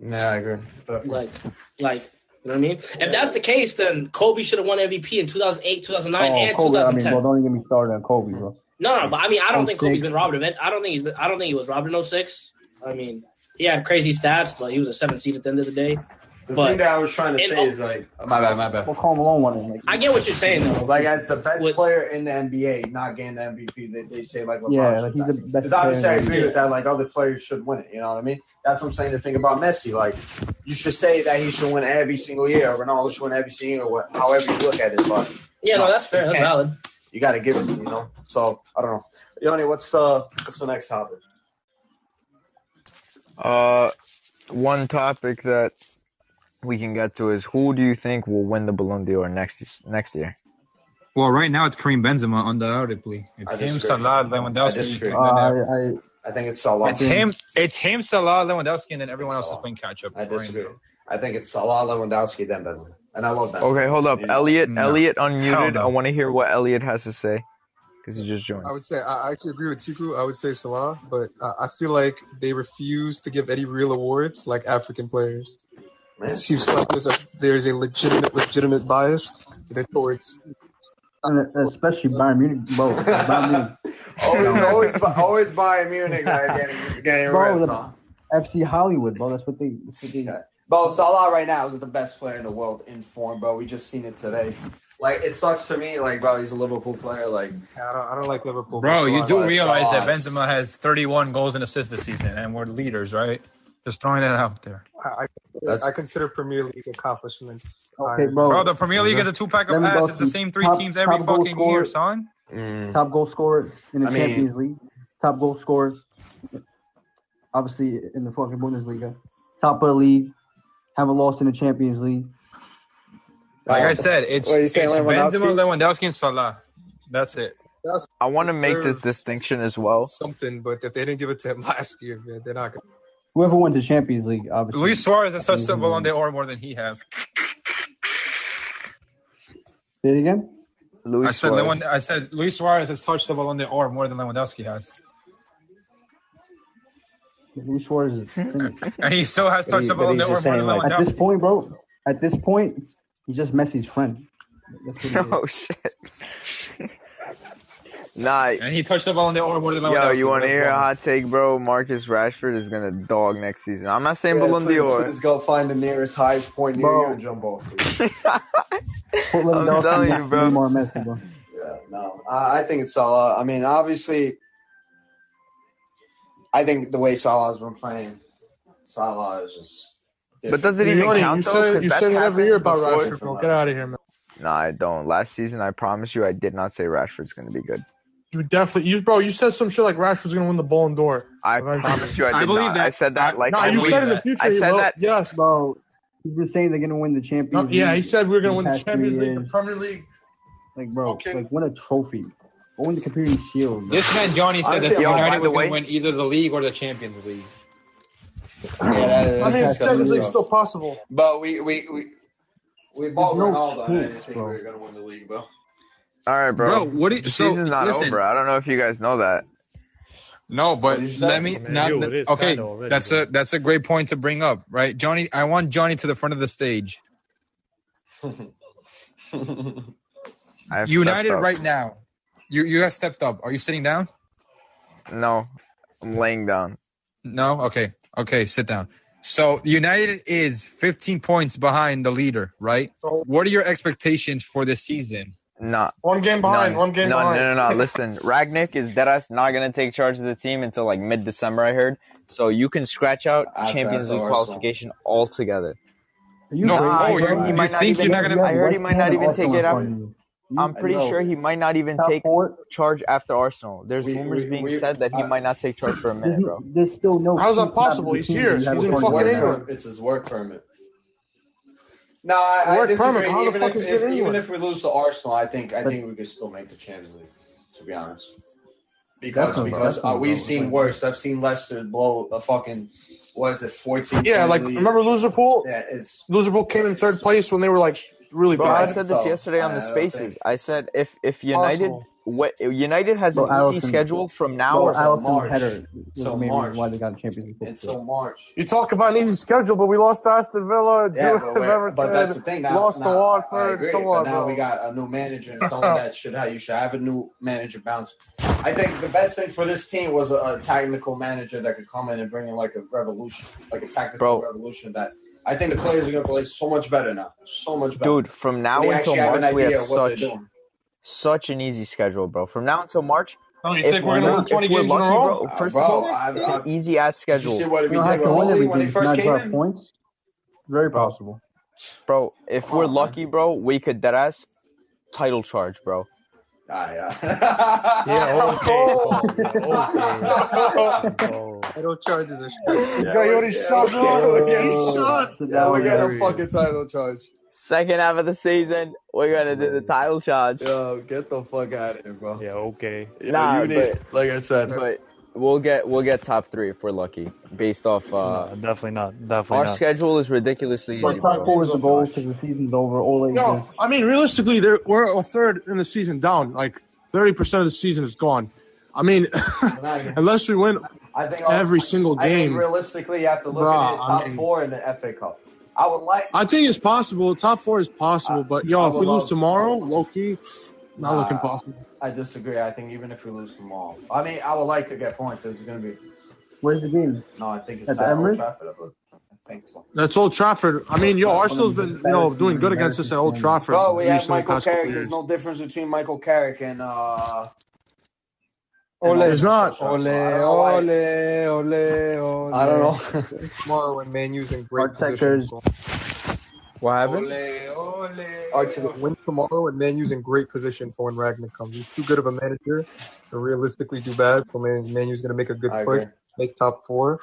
S6: Yeah, I agree.
S8: like like you know what I mean. If that's the case, then Kobe should have won MVP in 2008, 2009,
S10: Oh,
S8: and
S10: Kobe. I mean,
S8: 2010.
S10: bro, don't oh, even get me started on Kobe, bro.
S8: no, no, but I mean, I don't think Kobe's
S10: 06.
S8: been robbed of it. I don't think he's. Been, I don't think he was robbed in 06. I mean, he had crazy stats, but he was a seven seed at the end of the day.
S6: The
S8: But-
S6: thing that I was trying to
S8: and- oh
S6: say is like, my bad, my bad.
S10: Well, Karl Malone won it. Like,
S8: I get what you're saying though.
S6: Like as the best
S8: What-
S6: player in the NBA, not getting the MVP, they, they say like LeBron.
S10: yeah,
S6: should
S10: like he's the
S6: not.
S10: best
S6: Because obviously I
S10: player. in the
S6: agree
S10: league.
S6: with that. Like other players should win it. You know what I mean? That's what I'm saying. The thing about Messi, like you should say that he should win every single year. or Ronaldo should win every single year. What, however you look at it, but
S8: Yeah, no, that's fair. That's
S6: Yeah.
S8: valid.
S6: you got to give it to him, you know. So I don't know. Yoni, what's the what's the next topic?
S5: Uh, one topic that we can get to is who do you think will win the Ballon d'Or next next year?
S3: Well, right now it's Kareem Benzema, undoubtedly. It's
S6: I
S3: him,
S6: disagree.
S3: Salah,
S6: I
S3: Lewandowski.
S6: disagree.
S10: Uh, I, I,
S6: I think it's Salah.
S3: It's him. It's him, Salah, Lewandowski, and then everyone else is
S6: Salah.
S3: playing catch up.
S6: I disagree. I think it's Salah, Lewandowski, then Benzema, and I love Benzema.
S5: Okay, hold up, Elliot.
S3: No.
S5: Elliot
S3: Hell
S5: unmuted.
S3: no.
S5: I want to hear what Elliot has to say because he just joined.
S7: I would say I I actually agree with Tiku. I would say Salah, but I I feel like they refuse to give any real awards like African players. It
S6: Man.
S7: seems like there's a there's a legitimate legitimate bias towards.
S10: and especially Bayern Munich, bro. Bayern Munich.
S6: always, always, bu- always Bayern Munich guy getting, getting
S10: Bro,
S6: ripped
S10: the-
S6: on.
S10: FC Hollywood, bro. That's what they. That's what they
S6: Yeah. Bro, Salah right now is the best player in the world in form, bro. We just seen it today. Like, it sucks for me. Like, bro, he's a Liverpool player. Like,
S7: I don't, I don't like Liverpool.
S3: Bro, you do
S6: Salah.
S3: realize that Benzema has 31 goals and assists this season, and we're leaders, right? Just throwing that out there.
S7: I, I,
S6: That's-
S7: I consider Premier League accomplishments.
S10: okay,
S7: higher.
S10: bro.
S6: Oh,
S3: Bro, the Premier League is a two pack of
S10: Oh, Let me go
S3: ass. It's the
S10: to
S3: same three
S10: top-
S3: teams every
S10: top goal
S3: fucking year,
S10: scorer.
S3: son.
S6: mm,
S10: top goal scorer in the
S6: I mean-
S10: Champions League, top goal scorer, obviously in the fucking Bundesliga, top of the league, haven't lost in the Champions League.
S3: Like
S6: Uh,
S3: I said, it's,
S6: what, you
S3: it's
S6: saying
S3: Benzema, Lewandowski, and Salah. That's it.
S7: That's
S5: I want to make this
S7: deserve
S5: distinction as well.
S7: something, but if they didn't give it to him last year, man, they're not gonna.
S10: Whoever wins the Champions League, obviously.
S3: Luis Suarez has touched the
S10: Mhm.
S3: Ballon d'Or more than he has.
S10: Say it again.
S5: Luis
S3: I said
S5: Suarez.
S3: Lewand- I said Luis Suarez has touched the Ballon d'Or more than Lewandowski has,
S10: Luis Suarez is finished.
S3: and he still has touched the
S6: But
S3: Ballon
S6: he- but he's
S3: d'Or
S6: just
S3: more than
S6: saying, like-
S10: at this
S3: Lewandowski.
S10: point, bro. At this point, he's just Messi's friend. That's what it is.
S5: oh shit. Nah.
S3: And he touched the ball in the air more than
S5: Yo, you want to
S3: to
S5: hear a hot take, bro? Marcus Rashford is gonna dog next season. I'm not saying
S6: Yeah,
S5: Ballon
S6: please,
S5: d'Or.
S6: please go find the nearest highest point near
S10: Bro.
S6: you and jump off.
S10: Portland
S5: I'm
S10: Dolphins
S5: telling
S10: not
S5: you,
S10: any
S5: bro.
S10: more Messi, bro.
S6: Yeah, no, I, I think it's Salah. I mean, obviously, I think the way Salah's been playing, Salah is just.
S5: But does it
S2: Hey,
S5: even
S2: Yoni,
S5: count
S2: you
S5: though?
S2: said
S5: 'Cause
S2: you
S5: that's
S2: said it every
S5: happened
S2: year about
S5: before.
S2: Rashford, bro. Get out of here, man.
S5: Nah, I don't. Last season, I promise you, I did not say Rashford's gonna be good.
S2: You definitely, you bro, you said some shit like Rashford's gonna win the Ballon d'Or.
S5: I
S2: Eventually.
S5: promise you, I did
S3: I believe
S5: not.
S3: that.
S5: I said that
S3: I-
S5: like
S2: No,
S3: I
S2: you
S3: believe
S2: said in the
S3: that.
S2: future.
S5: I
S2: you
S5: said
S2: will.
S5: that-
S2: Yes.
S10: Bro, he's been saying they're gonna win the
S2: No,
S10: Champions
S2: yeah, he
S10: League.
S2: said we were gonna
S10: the
S2: win the
S10: past
S2: Champions
S10: three
S2: League, the
S10: years.
S2: Premier League.
S10: Like, bro,
S2: Okay.
S10: like win a trophy. Or win the computer shield, bro.
S3: This man Johnny said
S6: Honestly,
S3: that
S6: yo,
S5: by
S3: United
S5: the
S3: was going
S5: way-
S3: to win either the league or the Champions League.
S6: Yeah, that,
S2: I mean,
S6: that's
S2: the Champions League's
S6: disgusting.
S2: still possible.
S6: But we we we we bought
S10: There's no
S6: Ronaldo. and I didn't
S10: chance,
S6: think
S10: bro.
S6: we were gonna win the league, bro.
S5: All right,
S3: Bro,
S5: bro.
S3: what do you,
S5: The
S3: so
S5: season's not
S3: listen,
S5: over. I don't know if you guys know that.
S3: No,
S6: What
S3: but
S6: did you say?
S3: let me
S1: I mean,
S3: not.
S1: you, it is
S3: Okay,
S1: kinda already,
S3: that's
S1: bro.
S3: a that's a great point to bring up, right, Johnny? I want Johnny to the front of the stage.
S5: I have
S3: United
S5: stepped up.
S3: right now. You you have stepped up. Are you sitting down?
S5: No, I'm laying down.
S3: No. Okay. Okay. Sit down. So United is 15 points behind the leader, right?
S2: So
S3: What are your expectations for this season?
S5: Nah,
S2: one game behind.
S5: none.
S2: One game
S5: none.
S2: behind.
S5: No, no, no. Listen, Ragnick is deadass not gonna take charge of the team until like mid-December. I heard. So you can scratch out
S6: After-
S5: Champions
S6: after
S5: League
S6: Arsenal.
S5: qualification altogether.
S10: Are you
S3: No.
S5: Nah,
S10: crazy,
S5: I
S3: Oh,
S10: bro?
S5: heard
S3: you
S5: he
S3: you
S5: might
S10: Like,
S5: not
S3: think
S5: even.
S3: you're
S10: you
S3: not
S10: have,
S3: gonna?
S10: you
S5: I
S10: have
S5: heard he
S10: West
S5: might
S10: Ham
S5: not
S10: and
S5: even
S10: Arsenal
S5: take
S10: in
S5: it
S10: front
S5: up.
S10: of you.
S5: I'm
S10: You
S5: pretty
S6: Bro,
S5: sure he might not even
S10: top
S5: take
S10: four.
S5: charge after Arsenal. There's
S6: we
S5: rumors
S6: we
S5: being
S6: we.
S5: said that he
S6: Uh,
S5: might not take charge for a
S10: There's,
S5: minute,
S10: n-
S5: bro.
S10: there's still no
S2: How is
S10: seat
S2: that
S10: slot in
S2: possible?
S10: the
S2: He's
S10: team that
S2: here.
S10: you have
S2: He's
S10: in
S2: in
S6: it's
S10: front
S6: his
S10: of you
S2: fucking
S6: work
S10: right now.
S2: England.
S6: permit. It's his work permit. No, I, I
S2: Work permit.
S6: disagree.
S2: How the
S6: Even
S2: fuck
S6: if,
S2: is he
S6: if
S2: in
S6: even
S2: England?
S6: if we lose to Arsenal, I think I
S10: But
S6: think we could still make the Champions League. To be honest, because
S10: definitely,
S6: because uh, we've
S10: definitely, bro. It's
S6: seen
S10: like
S6: worse. I've seen Leicester blow a fucking what is it fourteen
S2: Yeah,
S6: point
S2: like
S6: lead.
S2: remember Liverpool?
S6: Yeah, it's
S2: Liverpool came in third place when they were like really
S5: Bro, I
S2: bad.
S5: said this
S6: so
S5: yesterday on
S6: I,
S5: the
S6: I don't think.
S5: Spaces. I said if if United
S2: Possible.
S5: what United has
S10: bro,
S5: an easy
S10: Allison,
S5: schedule from
S6: Bro,
S5: now,
S10: bro,
S6: till
S10: Allison's
S6: March,
S10: header was the
S6: till
S10: main reason
S6: March,
S10: why they got a Champions League
S6: until
S10: football.
S6: March.
S2: You talk about an easy schedule, but we lost to Aston Villa,
S6: Yeah,
S2: drew
S6: but
S2: with
S6: we're, but that's
S2: Everton,
S6: the thing now.
S2: lost to
S6: Now I, I
S2: Watford.
S6: agree,
S2: Come
S6: but
S2: on,
S6: now we
S2: bro.
S6: got a new manager and someone that should have you should have a new manager bounce. I think the best thing for this team was a, a technical manager that could come in and bring in like a revolution, like a technical
S5: Bro.
S6: revolution. That I think the players are going to play so much better now, so much better.
S5: dude. From
S6: When
S5: now
S6: they
S5: until
S6: actually have an
S5: March, we have
S6: idea of what they're
S5: such
S6: doing.
S5: such an easy schedule, bro. From now until March,
S2: Oh, you
S5: if
S2: think we're gonna
S5: we
S2: win
S5: if
S2: twenty
S5: we're
S2: games in a
S5: lucky,
S2: row?
S5: bro.
S6: Uh,
S5: First of
S6: bro,
S5: all,
S6: I,
S5: it's an
S6: I,
S5: easy ass
S6: did you
S5: schedule,
S6: see what
S10: You
S6: we
S10: don't
S6: said
S10: have
S6: with
S10: to win
S6: Oli
S10: every
S6: when he
S10: game to
S6: first
S10: not
S6: came
S10: drop
S6: in?
S10: points. Very
S5: bro.
S10: possible.
S5: Bro, if
S6: Come
S5: we're
S6: on, man.
S5: lucky, bro, we could deadass title charge, bro.
S6: Ah,
S1: Yeah, okay, Cole, bro. Okay, Oh,
S6: yeah.
S1: bro.
S7: Title charges are straight.
S2: This
S6: Yeah,
S2: guy
S6: we're,
S2: already
S6: yeah,
S2: sucked. Look at him
S10: Oh,
S2: suck.
S10: sit
S6: yeah,
S10: down,
S6: we're
S2: Look at
S10: bro.
S2: him
S1: Hilarious.
S2: fucking title charge.
S5: Second half of the season, we're gonna do the
S1: Hilarious.
S5: title charge.
S6: Yo, get the fuck out of here, bro.
S1: Yeah, okay.
S6: Yo,
S5: Nah,
S6: you
S5: but
S6: need, like I said,
S5: but we'll get we'll get top three if we're lucky, based off uh
S1: No, definitely not. Definitely
S5: our
S1: not.
S5: schedule is ridiculously
S2: But
S5: easy,
S2: top
S5: bro.
S10: Top
S2: four
S10: four
S2: is
S10: is the
S2: up.
S10: goal
S5: March.
S10: because the season's over. Ole is
S2: No,
S10: gonna
S2: I mean realistically, they're, we're a third in the season down. Like thirty percent of the season is gone. I mean,
S6: we're not here.
S2: unless we win
S6: I think I'll,
S2: every single
S6: I think
S2: game,
S6: realistically, you have to look at it
S2: bruh. I
S6: top
S2: mean,
S6: four in the FA Cup. I would like,
S2: I think it's possible. Top four is
S6: I,
S2: possible, but yo,
S6: I
S2: if
S6: would
S2: we lose
S6: love.
S2: tomorrow, low key, not looking
S6: Nah,
S2: possible.
S6: I disagree. I think even if we lose them all, I mean, I would like to get points. It's gonna be.
S10: Where's the game?
S6: No, I think it's
S10: At the
S6: at Old
S10: Emirates?
S6: Trafford. but I think so.
S2: That's Old Trafford. I mean, yo,
S10: That's one of
S2: Arsenal's
S10: the most
S2: been you know
S10: embarrassing
S2: doing
S10: and
S2: good against us
S10: embarrassing
S2: at Old
S10: standings.
S2: Trafford
S6: Bro, we have
S2: recently, the
S6: Michael
S2: past couple
S6: Carrick. There's
S2: years.
S6: no difference between Michael Carrick and uh and Ole
S2: There's
S7: Ole,
S2: not.
S6: Solskjaer, so I
S7: ole,
S6: don't know why.
S7: ole, ole,
S6: I don't
S7: ole.
S6: know.
S7: It's tomorrow when Man U's in great position.
S10: Arteta's
S7: Cole.
S5: What happened?
S3: Ole, ole,
S6: Or to the-
S7: Win tomorrow and Man U's in great position for when Ragnar comes. He's too good of a manager to realistically do bad. So Man, Man U's going to make a good
S6: I
S7: push,
S6: agree.
S7: make top four.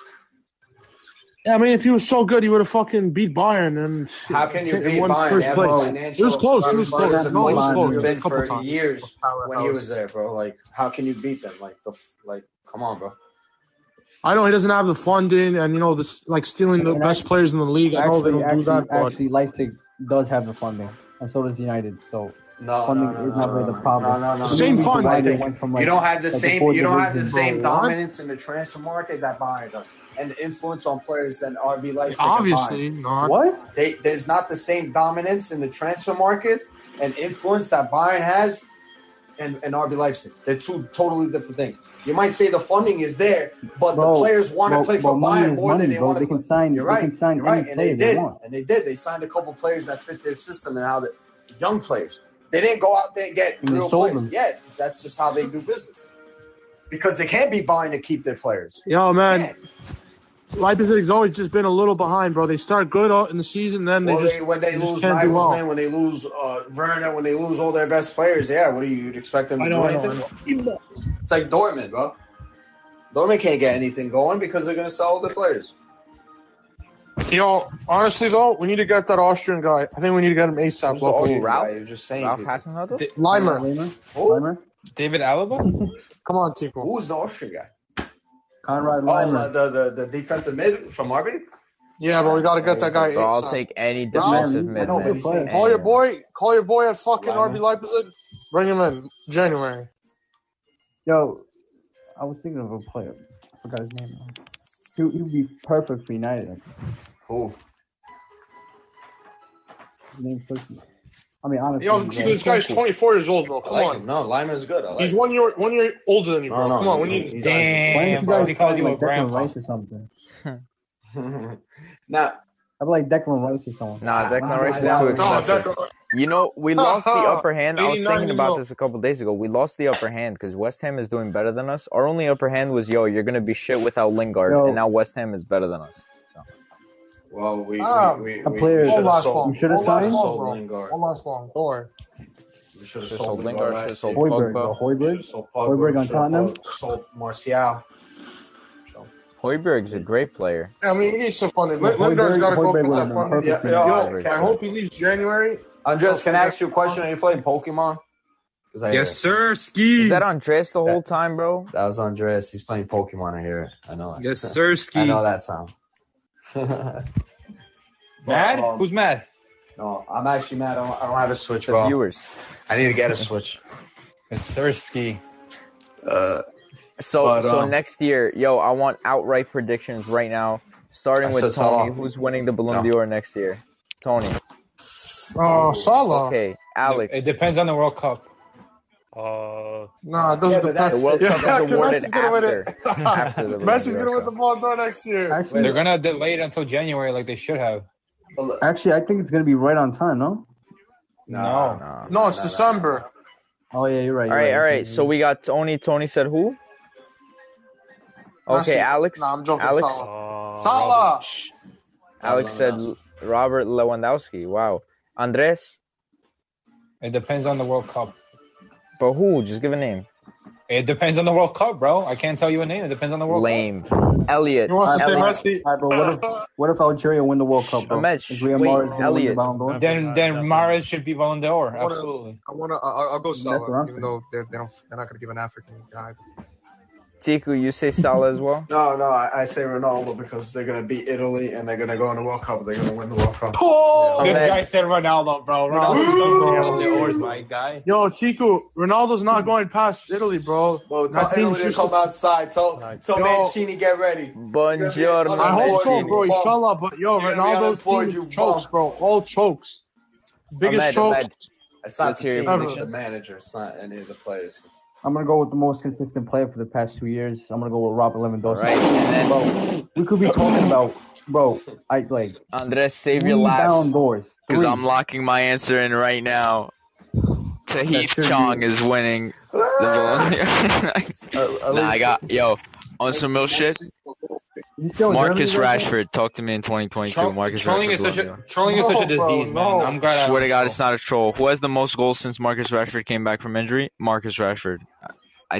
S2: Yeah, I mean, if he was so good, he would have fucking beat Bayern and,
S6: How can you
S2: and
S6: beat
S2: won
S6: Bayern? They
S2: first
S6: have a
S2: place.
S10: bro.
S2: It was
S6: financial
S2: close. It
S6: Bayern,
S2: was
S6: Bayern
S2: close.
S6: is
S10: Bayern's
S6: the
S2: No, it was
S10: not
S6: closest
S2: close.
S6: we've
S10: even
S2: It was
S6: been
S2: a couple
S6: for
S2: times.
S7: A
S6: years when he was
S7: powerhouse.
S6: there, bro. Like, how can you beat them? Like, the f- like, come on, bro.
S2: I know he doesn't have the funding, and you know, this like stealing the
S10: And I,
S2: best players in the league. I know they
S10: actually,
S2: don't do
S10: actually,
S2: that, but
S10: actually, Leipzig does have the funding, and so does United. So
S6: No, no,
S10: funding
S6: no,
S10: is
S6: no,
S10: not really
S6: no,
S10: the
S6: no, no,
S10: problem.
S6: no, no.
S10: The main
S2: same
S10: reason
S2: fund,
S10: why
S2: I
S10: they
S2: think.
S10: went from
S6: You
S10: like
S6: don't have the
S10: like the
S6: same.
S10: fourth
S6: You don't have the
S10: division.
S2: Bro,
S6: same
S2: what?
S6: dominance in the transfer market that Bayern does, and the influence on players than RB Leipzig and Bayern.
S2: Obviously not.
S10: What?
S6: They, there's not the same dominance in the transfer market and influence that Bayern has and, and RB Leipzig. They're two totally different things. You might say the funding is there, but the players want to
S10: bro,
S6: play for
S10: bro, money
S6: Bayern
S10: is
S6: more
S10: money,
S6: than they
S10: bro.
S6: want to
S10: They can sign.
S6: You're
S10: they
S6: right.
S10: can sign
S6: You're
S10: any
S6: right, and
S10: player
S6: they did,
S10: want.
S6: and they did. They signed a couple players that fit their system and how the young players. They didn't go out there and get
S10: And they
S6: real
S10: sold
S6: players.
S10: them.
S6: Yeah, that's just how they do business. Because they can't be buying to keep their players.
S2: Yo,
S6: Yeah.
S2: man, Leipzig's always just been a little behind, bro. They start good out in the season, then
S6: Well,
S2: they just
S6: they, when they
S2: just
S6: lose
S2: can't do
S6: Nagelsmann,
S2: well.
S6: when they lose uh, Werner, when they lose all their best players, yeah, what do you you'd expect them to
S2: I
S6: do
S2: know, I know,
S6: anything? It's like Dortmund, bro. Dortmund can't get anything going because they're going to sell all their players.
S2: Yo, honestly though, we need to get that Austrian guy. I think we need to get him ASAP
S6: Who's the Austrian
S2: locally.
S6: guy? You're just saying.
S5: Ralph
S6: people.
S5: Hasenhuttl?
S3: D-
S2: Limer,
S10: Weimer,
S6: Who?
S10: Weimer,
S3: David Alaba?
S2: come on, Tico.
S6: Who's the Austrian guy?
S10: Conrad
S6: Oh,
S10: Weimer.
S6: the, the, the, the defensive mid from RB?
S2: Yeah, but we got to get that guy
S5: Bro, I'll
S2: ASAP.
S5: take any
S2: Ralph-
S5: defensive
S10: Man, I
S5: mid.
S10: know,
S5: man.
S10: but he's-
S2: Call your
S5: Any.
S2: boy. Call your boy at fucking
S5: Limer.
S2: RB Leipzig. Bring him in January.
S10: Yo, I was thinking of a player. I forgot his name. now. He he would be perfect for United. I think.
S6: Who?
S10: His name's personal. I mean, honestly,
S2: Yo,
S10: like,
S2: Tico, this guy's 24 years old, bro.
S6: I
S2: Come
S6: like
S2: on.
S6: him. No, Lyman's good. I like
S2: He's
S6: him.
S2: one year one year older than you, bro.
S6: No, no,
S2: Come on, we
S6: he-
S2: need.
S6: he's
S10: why don't
S3: Damn,
S10: you
S3: bro.
S10: guys
S3: He
S10: sign
S3: calls you a
S10: like Declan
S3: grandpa.
S10: Rice or something?
S6: Isaac. now,
S10: I'd like Declan Rice or someone.
S5: Nah, Declan Rice is
S6: Wow.
S5: too
S6: No,
S2: No,
S5: expensive.
S2: that,
S5: You know, we lost the upper hand. I was
S2: 89
S5: thinking about
S2: mil.
S5: this a couple days ago. We lost the upper hand because West Ham is doing better than us. Our only upper hand was, yo, you're going to be shit without Lingard.
S10: Yo.
S5: And now West Ham is better than us. So
S6: well, we,
S2: Ah,
S6: we, we,
S10: a
S6: we,
S10: player-
S6: we
S2: won't
S6: should have
S2: last long.
S6: sold,
S10: You should have
S2: Won't last
S10: signed.
S2: long,
S6: sold
S2: bro.
S6: Lingard.
S2: Won't last long. Don't worry.
S6: We should have
S5: should have
S6: sold
S5: sold
S6: Lingard
S5: Lingard, should have
S6: last
S5: sold
S6: year.
S5: Pogba.
S10: Hoiberg, bro.
S6: We should
S10: Hoiberg.
S6: have sold
S10: Hoiberg
S6: Pogba.
S10: on
S6: Should have
S10: Tottenham.
S6: sold, sold Martial. So,
S5: Hoiberg's a great player.
S2: I mean, we need some funding.
S10: Yeah,
S2: Lin- Lingard's
S10: Hoiberg,
S2: got to go up
S10: Hoiberg
S2: with
S10: would
S2: that
S10: have been
S2: funding.
S10: perfect for
S6: Yeah, yeah,
S2: Yo,
S10: United.
S5: Hoiberg.
S2: I hope he leaves January.
S6: Andres,
S2: Oh,
S6: can I ask
S2: forget-
S6: you a question? Are you playing Pokemon? Because I hear
S3: Yes,
S6: it.
S3: sir.
S5: Is
S3: Ski.
S5: that Andres the whole time, bro?
S6: That was Andres. He's playing Pokemon. I hear it. I know
S3: Yes,
S6: that.
S3: sir.
S6: I
S3: Ski.
S6: know that sound.
S3: Mad?
S6: Um,
S3: Who's mad?
S6: no, I'm actually mad. I don't, I don't have a Switch,
S5: The
S6: bro.
S5: viewers.
S6: I need to get a Switch.
S3: Yes, sir. Ski.
S6: Uh,
S5: So
S6: But,
S5: so
S6: um,
S5: next year, yo, I want outright predictions right now, starting
S6: I
S5: with
S6: said Salah.
S5: Tony. Who's winning the Balloon
S6: No.
S5: d'Or next year? Tony.
S2: Oh, Salah.
S5: Okay,
S3: It it
S5: Alex.
S3: depends on the World Cup.
S1: Uh,
S2: Nah, it
S6: Yeah, but
S2: doesn't depend.
S5: The
S6: that's
S5: World
S2: Yeah,
S5: Cup is awarded
S2: Messi's gonna win it.
S5: after after the Balloon
S2: Messi's
S5: d'Or.
S2: gonna win the
S5: So.
S2: Ball d'Or next year.
S10: Actually,
S3: They're gonna delay it until January, like they should have.
S6: Nah,
S10: actually, I think it's gonna be right on time. No.
S6: nah,
S3: No.
S5: Nah.
S2: No, it's
S6: nah, nah, nah.
S2: December.
S10: Oh yeah, you're right.
S5: All
S10: You're
S5: right,
S10: right.
S5: all
S10: It's
S5: right. So
S10: gonna be-
S5: we got Tony. Tony said who? Okay,
S2: Messi.
S5: Alex.
S2: Nah, I'm joking.
S5: Alex.
S2: Salah.
S7: Oh.
S1: uh, Robert.
S2: Salah.
S5: Shh.
S6: Nah,
S5: Alex
S6: nah,
S5: said
S6: nah.
S5: L- Robert Lewandowski. Wow. Andres.
S3: It depends on the World Cup.
S5: But who? Just give a name.
S3: It depends on the World Cup, bro. I can't tell you a name. It depends on the World
S5: Lame. Elliot.
S2: He wants
S10: All
S2: to
S10: right,
S5: Elliot.
S2: say Messi.
S10: bro. All right, bro. What if what if Algeria win the World Cup, bro?
S5: Ahmed.
S10: Is
S5: Sh-
S10: Riyad
S5: wait,
S10: Mahrez gonna win the
S5: Elliot.
S1: Definitely
S10: Ballon d'Or?
S3: Cup. Then
S1: not,
S3: then
S1: definitely
S3: Mares should be Ballon d'Or.
S7: I want to.
S3: Absolutely.
S7: I want to. I'll, I'll go
S10: That's what
S7: Salah, even
S10: I'm saying.
S7: though they, they don't. They're not gonna give an African guy.
S5: Tiku, you say Salah as well?
S6: No, no, I, I say Ronaldo because they're gonna beat Italy and they're gonna go in the World Cup. They're gonna win the World Cup.
S2: Oh!
S3: This
S5: Ahmed.
S3: guy said Ronaldo, bro.
S2: No.
S3: Ronaldo's not going on the oars, my guy.
S2: Yo, Tiku, Ronaldo's not going past Italy, bro.
S6: Well,
S2: That
S6: tell
S2: team
S6: Italy to
S2: shoots.
S6: come outside. Tell
S1: Nice.
S6: tell
S2: Yo.
S6: Mancini get ready. You're gonna be an
S5: Buongiorno,
S2: I hope so,
S6: unemployed
S2: bro.
S5: Mancini.
S6: bum.
S2: Inshallah, but yo,
S6: You're gonna be
S2: Ronaldo's team
S6: unemployed,
S2: is
S6: you
S2: chokes,
S6: bum.
S2: bro. All chokes. Biggest
S5: Ahmed,
S2: chokes
S5: Ahmed.
S6: It's
S5: Let's
S6: not the
S5: hear your
S6: team. It's the
S5: prediction.
S6: manager. It's not any of the players.
S10: I'm gonna go with the most consistent player for the past two years. I'm gonna go with Robert
S5: All
S10: Lewandowski.
S5: right, and then
S10: Bro, we could be talking about, bro. I like
S5: Andres, save your
S10: three
S5: laughs
S10: Ballon d'Ors,
S5: because
S10: three
S5: I'm locking my answer in right now.
S10: that
S5: Tahith
S10: should
S5: Chong
S10: be.
S5: is winning the
S6: Ah!
S5: Balloon
S6: At, at
S5: nah, I
S6: least
S5: got yo on some real shit.
S10: You still in Germany
S5: Marcus
S10: right now?
S5: Rashford, talk to me in 2022.
S3: Tro-
S5: Marcus
S3: trolling
S5: Rashford
S3: is such
S5: Balloon
S3: a
S5: d'Or.
S3: trolling is such a
S2: No, bro,
S3: disease, man.
S2: no.
S3: I'm glad I
S5: Swear to
S3: don't
S5: God, it's
S3: troll.
S5: not a troll. Who has the most goals since Marcus Rashford came back from injury? Marcus Rashford, I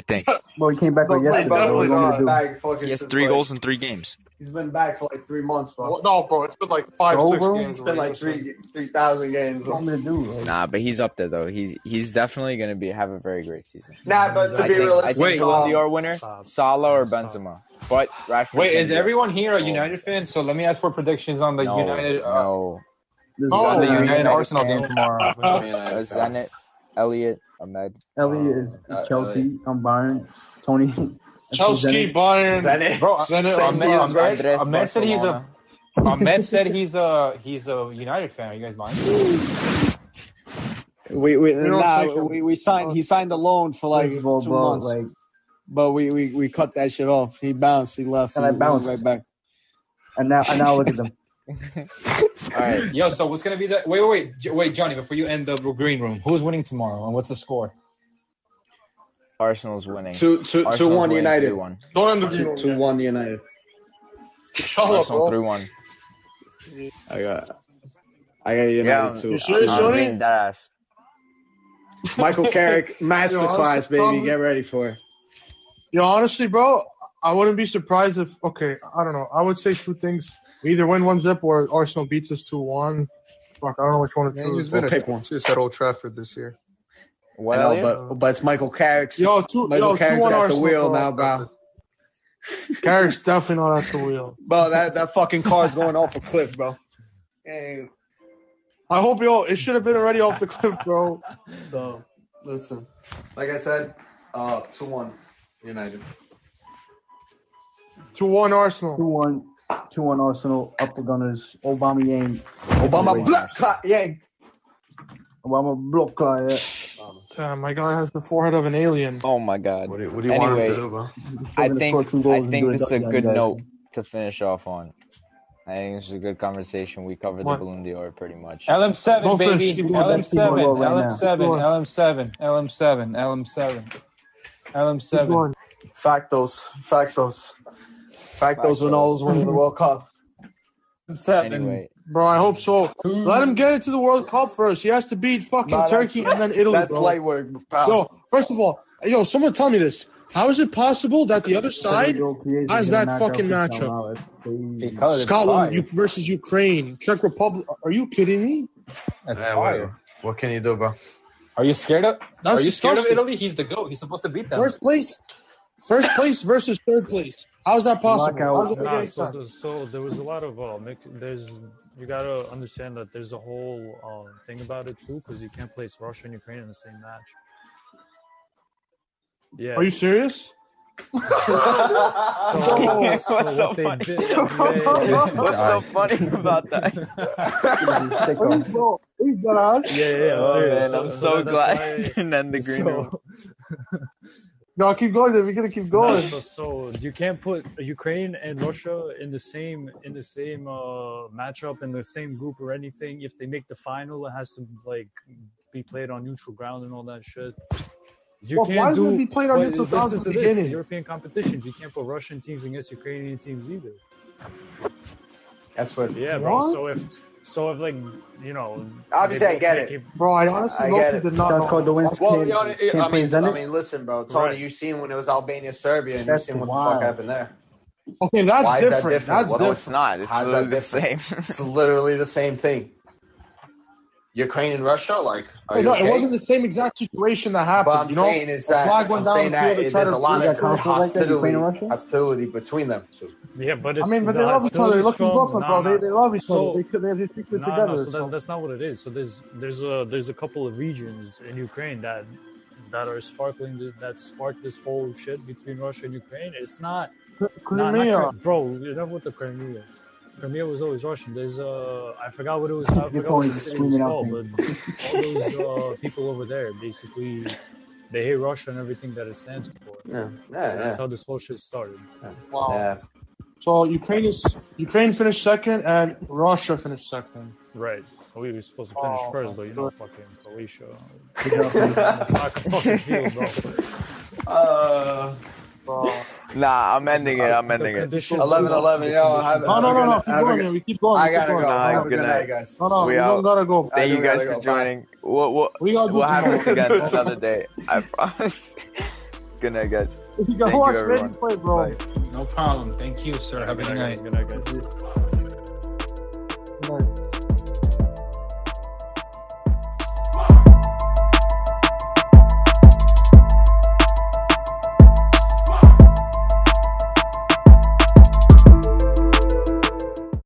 S5: think.
S10: Bro, he came back like
S6: the
S2: No,
S6: play
S10: yesterday, bro. What
S6: definitely
S2: definitely
S10: do you want me
S6: not
S10: to
S2: not.
S10: do?
S6: back fucking
S5: He has
S6: since
S5: three
S6: like
S5: goals in three games.
S6: he's been back for like three months, bro.
S2: No, bro. It's been like five,
S10: Bro,
S2: six
S10: bro.
S2: games
S6: It's been
S2: already.
S6: like
S2: Listen.
S6: three three thousand games.
S10: What do you want me to do? Like,
S5: Nah, but he's up there though. He's he's definitely gonna be have a very great season.
S6: Nah, but to
S5: I
S6: be
S5: think I
S6: realistic,
S5: think
S3: Wait.
S5: Balloon
S6: um,
S5: d'Or winner
S1: Stop.
S5: Salah or
S1: Stop.
S5: Benzema, but Rashford's
S3: Wait,
S5: gonna
S3: is
S5: be up
S3: everyone here a
S5: there. Oh,
S3: United fan? So let me ask for predictions on the
S5: no,
S3: United uh,
S5: no.
S10: this
S3: on the
S5: I'm a
S2: No.
S10: Zenit,
S3: United
S5: United
S3: Arsenal game
S5: fan.
S3: tomorrow.
S6: I'm a United
S5: Uh,
S6: fan.
S5: Zenit, Elliot, Ahmed.
S10: Ellie
S1: Uh,
S10: is, is
S6: Uh, Elliot.
S10: Chelsea. I'm Byron. Tony. and so
S2: Chelsea,
S10: Zenit.
S2: Bayern,
S6: Zenit.
S3: Bro,
S2: Zenit,
S6: St.
S3: Ahmed,
S2: Liverpool.
S6: Petersburg.
S3: Ahmed,
S5: Andres
S3: Ahmed said he's a
S5: Barcelona.
S3: Ahmed said he's a he's a United fan. Are you guys lying?
S6: We we
S2: We don't take
S6: nah,
S2: him.
S6: we, we signed. He signed a loan for like two
S10: First of all, bro,
S6: months,
S10: like
S6: but we, we we cut that shit off. He bounced. He left.
S10: And
S6: he
S10: I bounced.
S6: went right back.
S10: and now and now look at them.
S3: All right, yo. So what's gonna be the wait, wait, wait, J- wait, Johnny? Before you end the green room, who's winning tomorrow, and what's the score?
S5: Arsenal's winning.
S6: Two two two one
S5: Arsenal's winning
S6: United.
S5: 3-1.
S2: Don't end the
S6: Two,
S2: game.
S6: two one United.
S2: Shut up,
S5: Arsenal
S2: Oh, bro.
S5: 3-1.
S6: I got I got United
S5: Yeah,
S6: too.
S2: You serious,
S5: I'm
S2: Johnny?
S5: being that ass.
S6: Michael Carrick
S2: Yo, that's
S6: masterclass,
S2: the
S6: baby.
S2: problem.
S6: Get ready for it.
S2: Yo, honestly, bro, I wouldn't be surprised if. Okay, I don't know. I would say two things: we either win one zip or Arsenal beats us two one. Fuck, I don't know which one to
S7: Man,
S2: choose.
S7: you've
S6: Well,
S7: been a
S6: pick one.
S7: just at Old Trafford this year.
S5: What,
S6: I know,
S5: Elliot?
S6: but but it's Michael Carrick's
S2: Yo, two,
S6: Michael
S2: yo, two
S6: Carrick's
S2: one
S6: at the
S2: Arsenal.
S6: wheel
S2: Wheel
S6: now, bro.
S2: Carrick's definitely not at the wheel.
S6: Bro, that, that fucking car's going off a cliff, bro.
S8: Hey,
S2: I hope yo, it should have been already off the cliff, bro.
S6: So
S11: Listen, like I said, uh, two one United.
S2: Two one
S10: Two
S2: Arsenal.
S10: one, two one Arsenal. Up the Gunners. Obama Yang.
S6: Obama blood clot, yeah.
S10: Obama block. uh, Like,
S2: Damn, my guy has the forehead of an alien.
S5: Oh my god.
S12: What do, what do you want him to
S5: Anyway,
S12: do, bro?
S5: I think I think this is a good note to finish off on. I think this is a good conversation. We covered
S2: What?
S5: the Balloon d'Or pretty much.
S3: LM7,
S2: Don't finish
S3: baby.
S2: Steve Ballmer.
S10: Let's keep
S3: LM7,
S10: going right now.
S2: Keep
S3: LM7, LM7, LM7, LM7,
S2: Keep
S3: LM7.
S2: going.
S6: Factos. Factos. Factos Ronaldo's winning the World Cup.
S3: LM7.
S5: Anyway,
S2: Bro, I hope so. Let him get into the World Cup first. He has to beat fucking
S6: Nah, that's-
S2: Turkey and then Italy,
S6: That's
S2: bro.
S6: light work, pal.
S2: Yo, first of all, yo, someone tell me this. How is it possible that the other side, how's that fucking matchup?
S3: Because it's
S2: Scotland
S3: fire.
S2: U- versus Ukraine, Czech Republic? Are you kidding me?
S3: It's
S12: Yeah, what,
S3: fire.
S12: what can you do, bro?
S3: Are you scared of?
S2: That's
S3: are you scared of
S2: disgusting.
S3: Italy? He's the goat. He's supposed to beat them.
S2: First place, first place versus third place. How is that possible?
S10: Knockout.
S2: How does that make
S1: Nah,
S2: any
S1: Ah, so,
S2: sense?
S1: th- so there was a lot of uh, mix, there's you gotta understand that there's a whole um, thing about it too because you can't place Russia and Ukraine in the same match. Yeah.
S2: Are you serious?
S1: so,
S2: Yo.
S1: so
S5: What's so
S1: what they
S5: funny?
S1: did?
S5: What's
S1: Yeah,
S5: so funny about that?
S2: Are you, bro, are you dead ass?
S1: yeah, yeah. yeah,
S5: Oh
S1: serious.
S5: man,
S1: So,
S5: I'm
S1: so
S5: so
S1: that, that's
S5: glad
S1: why.
S5: you didn't end the green room.
S1: So,
S2: No, keep going. Then we're gonna keep
S1: No,
S2: going.
S1: so, so you can't put Ukraine and Russia in the same in the same uh, matchup in the same group or anything. If they make the final, it has to like be played on neutral ground and all that shit. You
S2: Well, why
S1: can't
S2: does it
S1: do.
S2: be played on
S1: But
S2: neutral grounds
S1: listen
S2: at
S1: to
S2: the
S1: this:
S2: beginning?
S1: European competitions, you can't put Russian teams against Ukrainian teams either.
S6: That's what
S1: Yeah, bro.
S2: What,
S1: So if so if like you know they
S6: obviously I
S1: both
S6: get
S1: make
S6: it.
S1: it
S2: bro? I honestly
S6: I
S2: low
S6: get
S2: key
S6: it.
S2: did not
S10: That's
S2: know.
S10: called the wins.
S6: Well,
S10: can't,
S6: you know, it- I
S10: can't
S6: mean, I
S10: present it.
S6: mean, listen, bro, Tony,
S1: right.
S6: you seen when it was Albania Serbia, and you
S10: That's
S6: seen what the fuck
S10: wild.
S6: happened there.
S2: Okay, that's
S6: Why is that
S2: different.
S6: different?
S2: That's
S6: What
S5: No,
S6: the
S2: different.
S5: it's not. It's
S6: How's that
S5: literally the
S6: different?
S5: same.
S6: It's literally the same thing. Ukraine and Russia, like, are
S2: No,
S6: you
S2: no, it wasn't
S6: okay?
S2: the same exact situation that
S6: But
S2: happened.
S6: I'm
S2: You know,
S6: saying is
S2: a
S6: that
S2: flag went
S6: I'm
S2: down
S6: saying
S2: and people
S6: that
S2: they
S6: it,
S2: tried
S6: there's
S2: to.
S6: a
S10: They
S6: lot
S10: got
S6: of
S10: conflict like that, Ukraine and
S6: hostility
S10: Russia.
S6: hostility between them two.
S1: Yeah, but
S2: I
S1: it's
S2: mean, but
S1: the
S2: they love each other. They
S1: hostility's
S2: look he's
S1: from
S2: Brooklyn,
S1: no,
S2: bro. They
S1: no.
S2: they love each other.
S1: So
S2: They could they they speak
S1: No, no.
S2: together.
S1: So that's
S2: So
S1: that's not what it is. So there's there's a there's a couple of regions in Ukraine that that are sparkling th- that sparked this whole shit between Russia and Ukraine. It's not not not
S2: Crimea.
S1: Cri- bro. You're not with the Crimea. Crimea was always Russian. There's uh I forgot what it was. I
S10: Look at
S1: forgot what
S10: Tony
S1: the city was
S10: screaming out
S1: called.
S10: things.
S1: But all those uh, people over there basically they hate Russia and everything that it stands for.
S6: Yeah,
S1: And that's
S6: yeah,
S1: how this whole shit started.
S6: yeah,
S2: Wow.
S6: yeah.
S2: So Ukraine is Ukraine finished second and Russia finished second.
S1: Right. We were supposed to finish
S2: Oh my
S1: first, but you know,
S2: god.
S1: fucking Croatia.
S10: Good job, Tony.
S1: On the soccer fucking field, bro.
S6: Uh,
S2: Bro.
S5: nah, I'm ending it. I'm
S1: the
S5: ending it.
S1: conditions
S6: eleven,
S1: bro
S6: eleven.
S1: the
S6: Yo, have,
S1: conditions
S2: No,
S1: are
S6: have a good, night- have a
S2: no, no, no. Keep going,
S6: good.
S2: man. We keep going.
S6: I
S2: We keep
S6: gotta
S2: going.
S6: go.
S5: Nah,
S2: No,
S6: Have a
S2: no,
S5: good
S6: good night,
S5: night.
S6: guys.
S2: no, no.
S5: We
S2: We don't
S5: out.
S2: gotta go.
S6: I
S5: Thank you
S6: do
S5: guys for
S6: gotta go. Bye.
S5: joining. We'll we'll,
S2: We gotta do
S5: we'll have
S2: tomorrow.
S5: this again
S2: We gotta
S5: another day. I promise. good night, guys.
S2: you gotta
S5: Thank you,
S2: watch Messi
S5: everyone.
S2: play, bro.
S5: Bye.
S3: No problem. Thank you, sir.
S1: All right,
S3: Have a
S1: good
S3: good
S1: night, guys.
S3: night.
S1: Good night, guys.